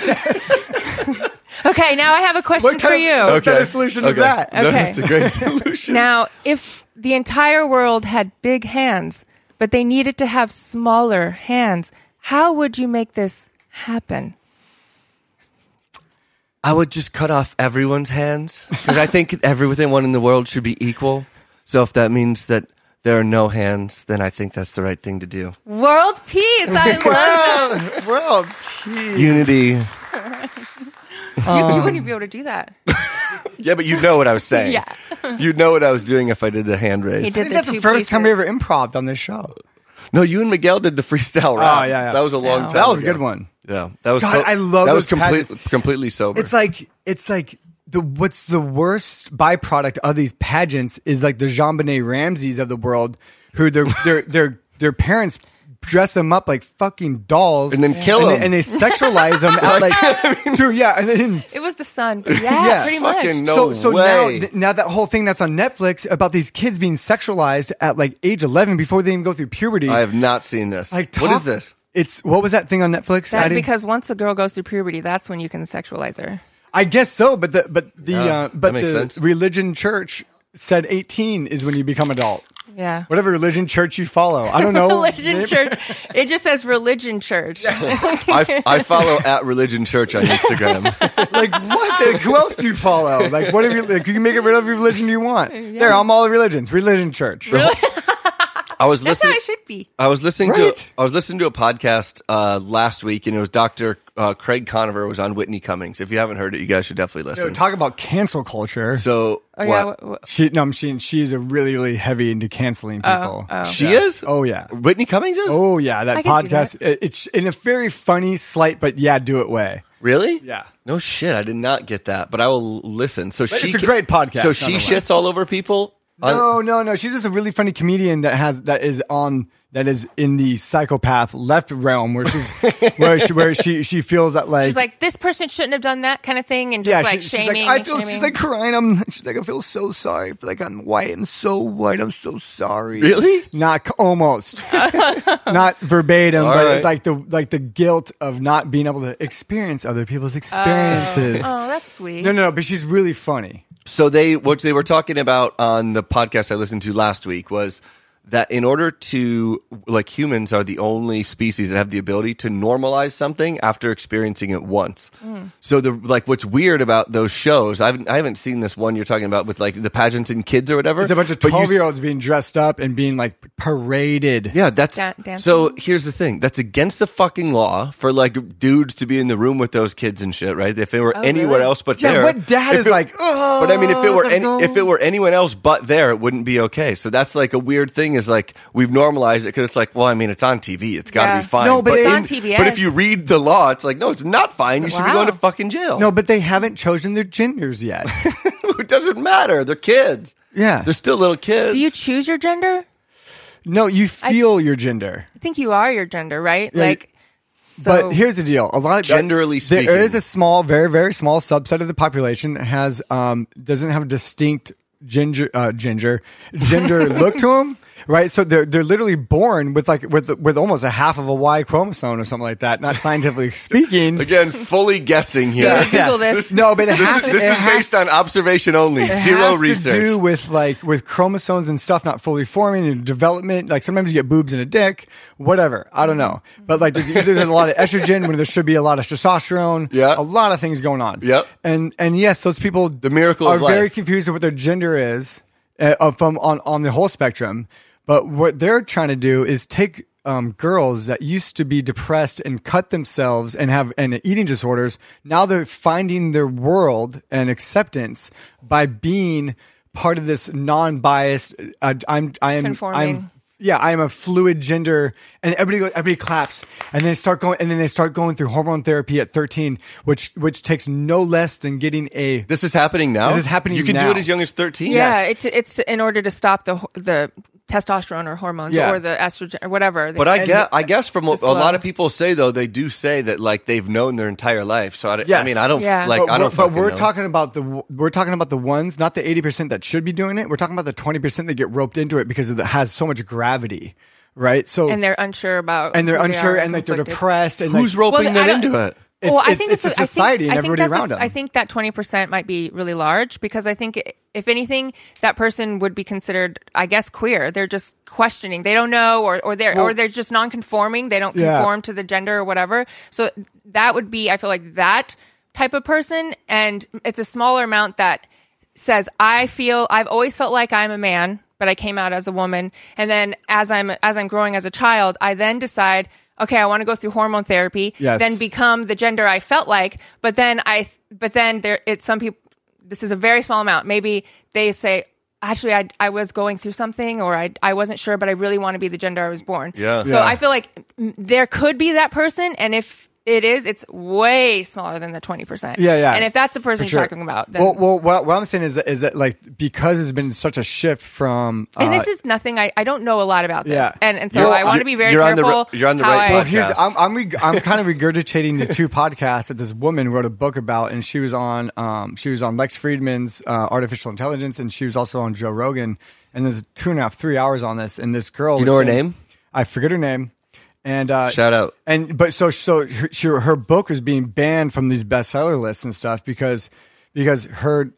Speaker 7: Okay, now I have a question for you.
Speaker 5: Of, What kind of solution is
Speaker 6: Okay.
Speaker 5: that?
Speaker 6: No,
Speaker 7: Okay.
Speaker 6: That's a great (laughs) solution.
Speaker 7: Now, if the entire world had big hands, but they needed to have smaller hands, how would you make this happen?
Speaker 6: I would just cut off everyone's hands because I think everyone in the world should be equal. So if that means that there are no hands, then I think that's the right thing to do.
Speaker 7: World peace. I love them.
Speaker 5: World peace.
Speaker 6: Unity.
Speaker 7: you, you wouldn't be able to do that.
Speaker 6: Yeah, but you know what I was saying.
Speaker 7: Yeah.
Speaker 6: (laughs) You'd know what I was doing if I did the hand raise.
Speaker 7: He
Speaker 5: I
Speaker 7: did
Speaker 5: think that's the
Speaker 7: two
Speaker 5: first
Speaker 7: pieces.
Speaker 5: time we ever improv on this show.
Speaker 6: No, you and Miguel did the freestyle round.
Speaker 5: Oh, yeah, yeah.
Speaker 6: That was a long
Speaker 7: Yeah.
Speaker 6: time.
Speaker 5: That was a
Speaker 6: ago.
Speaker 5: good one.
Speaker 6: Oh, Yeah, that was.
Speaker 5: God,
Speaker 6: so-
Speaker 5: I love
Speaker 6: that was
Speaker 5: those
Speaker 6: complete,
Speaker 5: pageants.
Speaker 6: completely sober.
Speaker 5: It's like it's like the what's the worst byproduct of these pageants is like the Jean Benet Ramses of the world, who (laughs) their their their their parents dress them up like fucking dolls
Speaker 6: And then kill
Speaker 5: and
Speaker 6: them.
Speaker 5: They, and they sexualize them
Speaker 6: (laughs)
Speaker 5: out like, dude, yeah, and then.
Speaker 7: It was the sun. but (laughs) Yeah,
Speaker 5: Yeah,
Speaker 7: pretty
Speaker 6: fucking (laughs)
Speaker 7: much.
Speaker 6: no
Speaker 5: so so now
Speaker 6: way.
Speaker 5: th- now that whole thing that's on Netflix about these kids being sexualized at like age eleven before they even go through puberty.
Speaker 6: I have not seen this.
Speaker 5: like
Speaker 6: what
Speaker 5: talk-
Speaker 6: is this?
Speaker 5: It's what was that thing on Netflix? I
Speaker 7: That,
Speaker 5: didn't-
Speaker 7: because once a girl goes through puberty, that's when you can sexualize her.
Speaker 5: I guess so, but the but the
Speaker 6: Yeah,
Speaker 5: uh,
Speaker 6: that
Speaker 5: but
Speaker 6: makes
Speaker 5: the
Speaker 6: sense.
Speaker 5: religion church said 18 is when you become adult.
Speaker 7: Yeah.
Speaker 5: Whatever religion church you follow, I don't know.
Speaker 7: (laughs) religion
Speaker 5: Maybe-
Speaker 7: church. It just says religion church.
Speaker 6: I, f- I
Speaker 5: (laughs)
Speaker 6: follow at Religion Church on
Speaker 7: (laughs)
Speaker 6: Instagram.
Speaker 5: (laughs) Like what? Like, who else do you follow? Like what? If you, like, you can make it whatever religion you want. There, I'm all religions. Religion church. (laughs)
Speaker 6: I was
Speaker 7: That's how
Speaker 6: listening.
Speaker 7: it should be.
Speaker 5: Uh,
Speaker 6: I was listening to
Speaker 5: Right?
Speaker 6: I was listening to a podcast uh, last week, and it was Doctor uh, Craig Conover was on Whitney Cummings. If you haven't heard it, you guys should definitely
Speaker 5: So
Speaker 6: listen.
Speaker 5: talk about cancel culture.
Speaker 6: so
Speaker 7: Oh
Speaker 6: what-
Speaker 7: yeah. wha- wha-
Speaker 5: She no, I'm- she she's a really really heavy into canceling people.
Speaker 6: she is.
Speaker 5: Oh, yeah.
Speaker 6: Whitney Cummings is.
Speaker 5: Oh yeah, that
Speaker 7: I can see
Speaker 5: podcast. it- It's in a very funny, slight, but yeah, do it way.
Speaker 6: Really?
Speaker 5: Yeah.
Speaker 6: No shit, I did not get that, but I will listen. So she
Speaker 5: it's a
Speaker 6: ca-
Speaker 5: great podcast,
Speaker 6: So she
Speaker 5: nonetheless.
Speaker 6: shits all over people. on-
Speaker 5: No, no, no. She's just a really funny comedian that has that is on that is in the psychopath left realm where
Speaker 6: (laughs)
Speaker 5: she's where she where she she feels that like
Speaker 7: She's like, this person shouldn't have done that kind of thing, and just
Speaker 5: yeah
Speaker 7: like
Speaker 5: she- she's like
Speaker 7: shaming.
Speaker 5: I feel
Speaker 7: shaming.
Speaker 5: she's like crying I'm she's like I feel so sorry I feel like I'm white I'm so white I'm so sorry
Speaker 6: Really?
Speaker 5: not c-
Speaker 7: (laughs)
Speaker 5: almost not verbatim
Speaker 6: All
Speaker 5: but
Speaker 6: right.
Speaker 5: it's like the like the guilt of not being able to experience other people's experiences
Speaker 7: oh, that's sweet.
Speaker 5: no no no but she's really funny
Speaker 6: So they what they were talking about on the podcast I listened to last week was that in order to like humans are the only species that have the ability to normalize something after experiencing it once. So the like what's weird about those shows I haven't, I haven't seen this one you're talking about with like the pageants and kids or whatever.
Speaker 5: it's a bunch of
Speaker 6: but you s-
Speaker 5: twelve year olds being dressed up and being like paraded
Speaker 6: Yeah, that's
Speaker 7: Dan- dancing.
Speaker 6: so. Here's the thing: that's against the fucking law for like dudes to be in the room with those kids and shit, right? If it were anyone
Speaker 7: Oh, really?
Speaker 6: else but
Speaker 5: Yeah,
Speaker 6: there,
Speaker 5: what dad
Speaker 6: if
Speaker 5: is
Speaker 6: it-
Speaker 5: like, "Oh,
Speaker 6: But I mean, if it were
Speaker 5: the
Speaker 6: any, if it were anyone else but there, it wouldn't be okay. So that's like a weird thing. Is like we've normalized it because it's like, well, I mean, it's on TV, it's got to
Speaker 7: Yeah.
Speaker 6: be fine.
Speaker 5: No, but It's
Speaker 6: in-
Speaker 7: on TBS.
Speaker 6: But if you read the law, it's like, no, it's not fine. You should be
Speaker 7: Wow.
Speaker 6: going to fucking
Speaker 7: Oh.
Speaker 6: jail.
Speaker 5: No, but they haven't chosen their genders
Speaker 7: (laughs)
Speaker 5: yet.
Speaker 6: (laughs) it doesn't matter. They're kids.
Speaker 5: Yeah.
Speaker 6: they're still little kids.
Speaker 7: Do you choose your gender?
Speaker 5: no, you feel your gender.
Speaker 7: I think you are your gender, right? like, so
Speaker 5: but here's the deal: a lot of
Speaker 6: Generally
Speaker 5: there
Speaker 6: speaking.
Speaker 5: is a small, very, very small subset of the population that has um doesn't have a distinct ginger uh, ginger
Speaker 7: (laughs)
Speaker 5: gender look to them. Right, so they're they're literally born with like with with almost a half of a Y chromosome or something like that.
Speaker 6: (laughs)
Speaker 5: Not scientifically speaking.
Speaker 6: Again, fully guessing here.
Speaker 7: Yeah. Google this.
Speaker 5: No, but it has
Speaker 6: This,
Speaker 5: to-
Speaker 6: this
Speaker 5: it
Speaker 6: is
Speaker 5: has
Speaker 6: based on observation only,
Speaker 5: it
Speaker 6: zero
Speaker 5: has
Speaker 6: research.
Speaker 5: to do with like with chromosomes and stuff not fully forming and development. Like sometimes you get boobs and a dick, whatever. I don't know, but like there's, there's a lot of estrogen when there should be a lot of testosterone.
Speaker 6: Yeah.
Speaker 5: a lot of things going on.
Speaker 6: Yep.
Speaker 5: and and yes, those people the
Speaker 6: miracle
Speaker 5: are
Speaker 6: of
Speaker 5: very
Speaker 6: life.
Speaker 5: confused with what their gender is uh, uh, from on on the whole spectrum. But what they're trying to do is take. Um, girls that used to be depressed and cut themselves and have and eating disorders now they're finding their world and acceptance by being part of this non-biased uh, I'm I'm
Speaker 7: Conforming.
Speaker 5: I'm yeah, I am a fluid gender, and everybody goes, everybody claps, and then start going, and then they start going through hormone therapy at thirteen, which which takes no less than getting a
Speaker 6: This is happening now.
Speaker 5: This is happening
Speaker 6: You can
Speaker 5: now.
Speaker 6: do it as young as thirteen.
Speaker 7: Yeah, it's it's in order to stop the the testosterone or hormones
Speaker 5: Yeah.
Speaker 7: or the estrogen or whatever.
Speaker 6: But I
Speaker 5: And-
Speaker 6: guess I guess from what
Speaker 7: Just
Speaker 6: a lot
Speaker 7: love.
Speaker 6: of people say though, they do say that like they've known their entire life. So I, d- I
Speaker 5: Yes.
Speaker 6: mean, I don't
Speaker 7: Yeah.
Speaker 6: like.
Speaker 5: but
Speaker 6: I don't.
Speaker 5: we're, but
Speaker 6: fucking
Speaker 5: we're
Speaker 6: know.
Speaker 5: talking about the we're talking about the ones, not the eighty percent that should be doing it. We're talking about the twenty percent that get roped into it because it has so much gravity, right? So
Speaker 7: and they're unsure about
Speaker 5: and they're
Speaker 7: who they
Speaker 5: unsure
Speaker 7: are
Speaker 5: and like they're
Speaker 7: conflicted.
Speaker 5: depressed and
Speaker 6: Who's
Speaker 5: like,
Speaker 6: roping
Speaker 7: Well, I
Speaker 6: them
Speaker 7: don't-
Speaker 6: into it?
Speaker 5: It's-
Speaker 7: well, I
Speaker 5: it's-
Speaker 7: think
Speaker 5: it's
Speaker 7: a-
Speaker 5: the
Speaker 7: I think-
Speaker 5: society and
Speaker 7: I think
Speaker 5: everybody
Speaker 7: that's a-
Speaker 5: around them.
Speaker 7: I think that twenty percent might be really large because I think i- if anything, that person would be considered, I guess, queer. They're just questioning. They don't know, or or they're or they're just non-conforming. They don't
Speaker 5: Yeah.
Speaker 7: conform to the gender or whatever. So that would be, I feel like that type of person, and it's a smaller amount that says, "I feel I've always felt like I'm a man, but I came out as a woman." And then as I'm as I'm growing as a child, I then decide, "Okay, I want to go through hormone therapy."
Speaker 5: Yes.
Speaker 7: Then become the gender I felt like, but then I but then there it's some people this is a very small amount. Maybe they say actually I I was going through something or I I wasn't sure but I really want to be the gender I was born.
Speaker 6: Yeah.
Speaker 7: So
Speaker 5: Yeah.
Speaker 7: I feel like mm, there could be that person and if it is it's way smaller than the 20%.
Speaker 5: Yeah, yeah.
Speaker 7: And if that's the person
Speaker 5: For
Speaker 7: you're
Speaker 5: sure.
Speaker 7: talking about then
Speaker 5: Well, well, what, what I'm saying is, that- is that like because there's been such a shift from uh,
Speaker 7: and this is nothing I, I don't know a lot about this.
Speaker 5: Yeah.
Speaker 7: And and so
Speaker 5: You're-
Speaker 7: I want
Speaker 6: you're-
Speaker 7: to be very
Speaker 6: you're on the
Speaker 7: careful.
Speaker 6: ri- you're on the
Speaker 7: how
Speaker 6: right
Speaker 7: I-
Speaker 5: Well,
Speaker 6: podcast.
Speaker 5: here's I'm I'm, reg- I'm kind of regurgitating these two (laughs) podcasts that this woman wrote a book about, and she was on um she was on Lex Friedman's uh, artificial intelligence, and she was also on Joe Rogan, and there's two and a half three hours on this, and this girl.
Speaker 6: Do you
Speaker 5: was
Speaker 6: know her
Speaker 5: saying-
Speaker 6: name?
Speaker 5: I forget her name, and uh,
Speaker 6: Shout out.
Speaker 5: And but so so her, she, her book was being banned from these bestseller lists and stuff because because her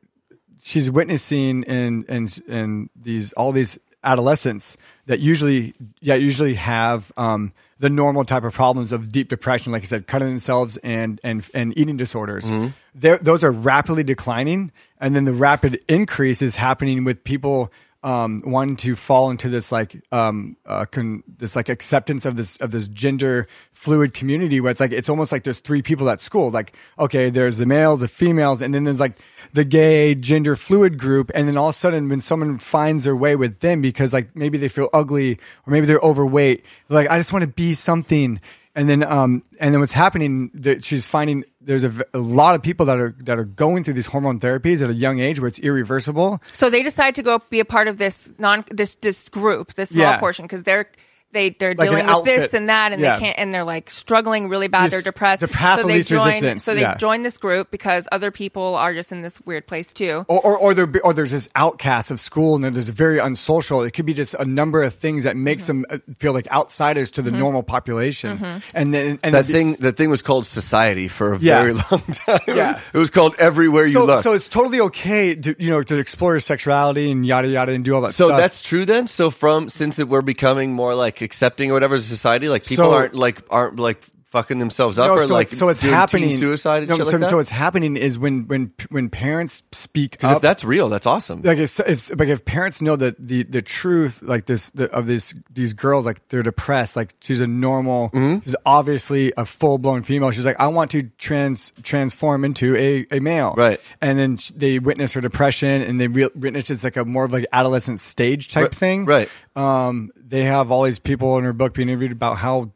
Speaker 5: she's witnessing in in in these all these adolescents that usually yeah usually have um, the normal type of problems of deep depression, like I said, cutting themselves and and and eating disorders. They're- Those are rapidly declining, and then the rapid increase is happening with people. Um, wanting to fall into this like um uh, con- this like acceptance of this of this gender fluid community where it's like it's almost like there's three people at school like okay there's the males the females and then there's like the gay gender fluid group and then all of a sudden when someone finds their way with them because like maybe they feel ugly or maybe they're overweight like i just want to be something and then um and then what's happening that she's finding there's a, v- a lot of people that are that are going through these hormone therapies at a young age where it's irreversible
Speaker 7: So they decide to go be a part of this non this this group, this small
Speaker 5: Yeah.
Speaker 7: portion, because they're they they're
Speaker 5: Like an
Speaker 7: dealing with this
Speaker 5: outfit.
Speaker 7: and that, and
Speaker 5: Yeah.
Speaker 7: they can't, and they're like struggling really bad.
Speaker 5: This-
Speaker 7: they're depressed.
Speaker 5: the path of
Speaker 7: so they
Speaker 5: least
Speaker 7: join.
Speaker 5: resistance,
Speaker 7: So they
Speaker 5: yeah.
Speaker 7: join this group because other people are just in this weird place too.
Speaker 5: or or or, there be, or there's this outcast of school and then there's very unsocial. It could be just a number of things that makes them uh them feel like outsiders to the normal population. And then and
Speaker 6: That
Speaker 5: the-
Speaker 6: thing, that thing was called society for a
Speaker 5: Yeah.
Speaker 6: very (laughs) long time. It was-
Speaker 5: Yeah.
Speaker 6: it was called everywhere you
Speaker 5: So,
Speaker 6: look.
Speaker 5: so it's totally okay to you know to explore your sexuality and yada yada and do all that
Speaker 6: So
Speaker 5: stuff.
Speaker 6: that's true then. So from since it, we're becoming more like accepting or whatever as a society, like people
Speaker 5: So-
Speaker 6: aren't like aren't like fucking themselves up
Speaker 5: No,
Speaker 6: or
Speaker 5: so
Speaker 6: like
Speaker 5: it's, so it's
Speaker 6: doing teen
Speaker 5: happening.
Speaker 6: suicide and
Speaker 5: No,
Speaker 6: shit
Speaker 5: so,
Speaker 6: like that.
Speaker 5: so what's happening is when when when parents speak
Speaker 6: 'Cause
Speaker 5: up,
Speaker 6: if that's real, that's awesome.
Speaker 5: like it's, it's like if parents know that the the truth like this the, of this these girls like they're depressed like she's a normal
Speaker 6: Mm-hmm.
Speaker 5: she's obviously a full blown female she's like I want to trans transform into a, a male
Speaker 6: Right.
Speaker 5: and then sh- they witness her depression and they re- witness it's like a more of like adolescent stage type
Speaker 6: Right,
Speaker 5: thing
Speaker 6: right.
Speaker 5: um they have all these people in her book being interviewed about how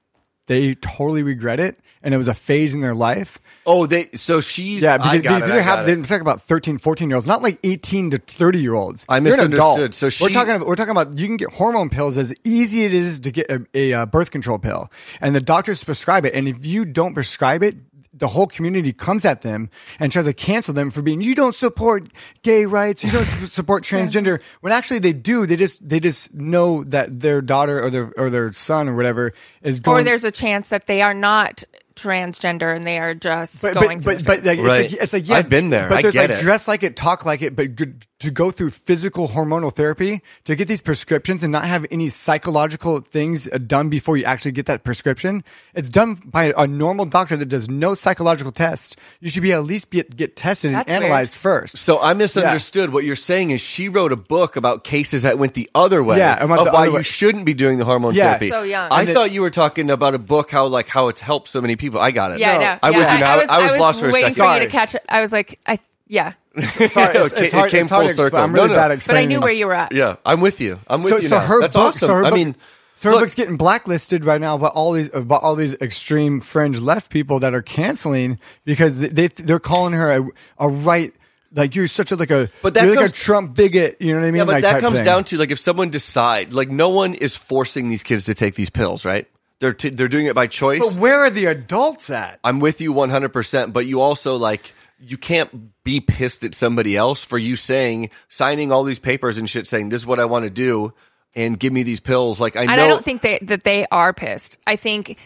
Speaker 5: they totally regret it and it was a phase in their life
Speaker 6: oh, they. So she's
Speaker 5: yeah,
Speaker 6: I got
Speaker 5: because, because
Speaker 6: it,
Speaker 5: these
Speaker 6: I
Speaker 5: are
Speaker 6: got
Speaker 5: have,
Speaker 6: it.
Speaker 5: they're talking about 13, 14 year olds, not like 18 to 30 year olds.
Speaker 6: I
Speaker 5: You're an adult.
Speaker 6: misunderstood. So
Speaker 5: we're
Speaker 6: she-
Speaker 5: talking, about, we're talking about you can get hormone pills as easy it is to get a, a, uh birth control pill, and the doctors prescribe it. And if you don't prescribe it, the whole community comes at them and tries to cancel them for being you don't support gay rights,
Speaker 6: (laughs)
Speaker 5: you don't su- support transgender. When actually they do, they just they just know that their daughter or their or their son or whatever is going.
Speaker 7: Or there's a chance that they are not transgender and they are just
Speaker 5: but,
Speaker 7: going
Speaker 5: but,
Speaker 7: through.
Speaker 5: but, but
Speaker 7: things.
Speaker 5: like,
Speaker 6: Right.
Speaker 5: it's like it's like yeah,
Speaker 6: I've been there.
Speaker 5: But
Speaker 6: I
Speaker 5: there's
Speaker 6: get
Speaker 5: like
Speaker 6: it.
Speaker 5: dress like it, talk like it, but good, to go through physical hormonal therapy to get these prescriptions and not have any psychological things uh, done before you actually get that prescription. It's done by a normal doctor that does no psychological tests. You should be at least be, get tested
Speaker 7: That's
Speaker 5: and
Speaker 7: weird.
Speaker 5: analyzed first.
Speaker 6: (laughs) So I misunderstood. What you're saying is she wrote a book about cases that went the other way.
Speaker 5: Yeah, about
Speaker 6: of
Speaker 5: the
Speaker 6: why
Speaker 5: other
Speaker 6: you
Speaker 5: way.
Speaker 6: shouldn't be doing the hormone
Speaker 5: Yeah.
Speaker 6: therapy.
Speaker 7: So young.
Speaker 6: I
Speaker 5: And it-
Speaker 6: thought you were talking about a book how like how it's helped so many people. I got it.
Speaker 7: yeah,
Speaker 5: No,
Speaker 7: no,
Speaker 6: I'm
Speaker 7: yeah.
Speaker 6: with you now. I was, lost for a
Speaker 7: waiting
Speaker 6: second.
Speaker 7: for you
Speaker 5: Sorry.
Speaker 7: to catch. I was like, I
Speaker 6: (laughs)
Speaker 7: yeah,
Speaker 5: Sorry, it's,
Speaker 6: Okay,
Speaker 5: it's hard,
Speaker 6: it came full
Speaker 5: it's hard to explain.
Speaker 6: circle.
Speaker 5: I'm really
Speaker 6: No, no.
Speaker 5: bad at
Speaker 6: But I
Speaker 7: but I
Speaker 5: explaining.
Speaker 7: knew
Speaker 5: this.
Speaker 7: where you were at.
Speaker 6: Yeah, I'm with you. I'm with
Speaker 5: So-
Speaker 6: you.
Speaker 5: so
Speaker 6: now.
Speaker 5: her
Speaker 6: That's
Speaker 5: book-
Speaker 6: awesome.
Speaker 5: so her
Speaker 6: I
Speaker 5: book-
Speaker 6: mean,
Speaker 5: Starbucks getting blacklisted right now by all these by all these extreme fringe left people that are canceling because they, they they're calling her a, a right like you're such a like a
Speaker 6: But that
Speaker 5: you're like
Speaker 6: comes-
Speaker 5: a Trump bigot. You know what I mean?
Speaker 6: Yeah, but
Speaker 5: like,
Speaker 6: that
Speaker 5: type
Speaker 6: comes
Speaker 5: thing.
Speaker 6: down to like if someone decide, like no one is forcing these kids to take these pills, right? They're t- they're doing it by choice.
Speaker 5: But where are the adults at?
Speaker 6: I'm with you 100%, but you also like you can't be pissed at somebody else for you saying signing all these papers and shit saying this is what I want to do and give me these pills like I know
Speaker 7: and I don't think they, that they are pissed. I think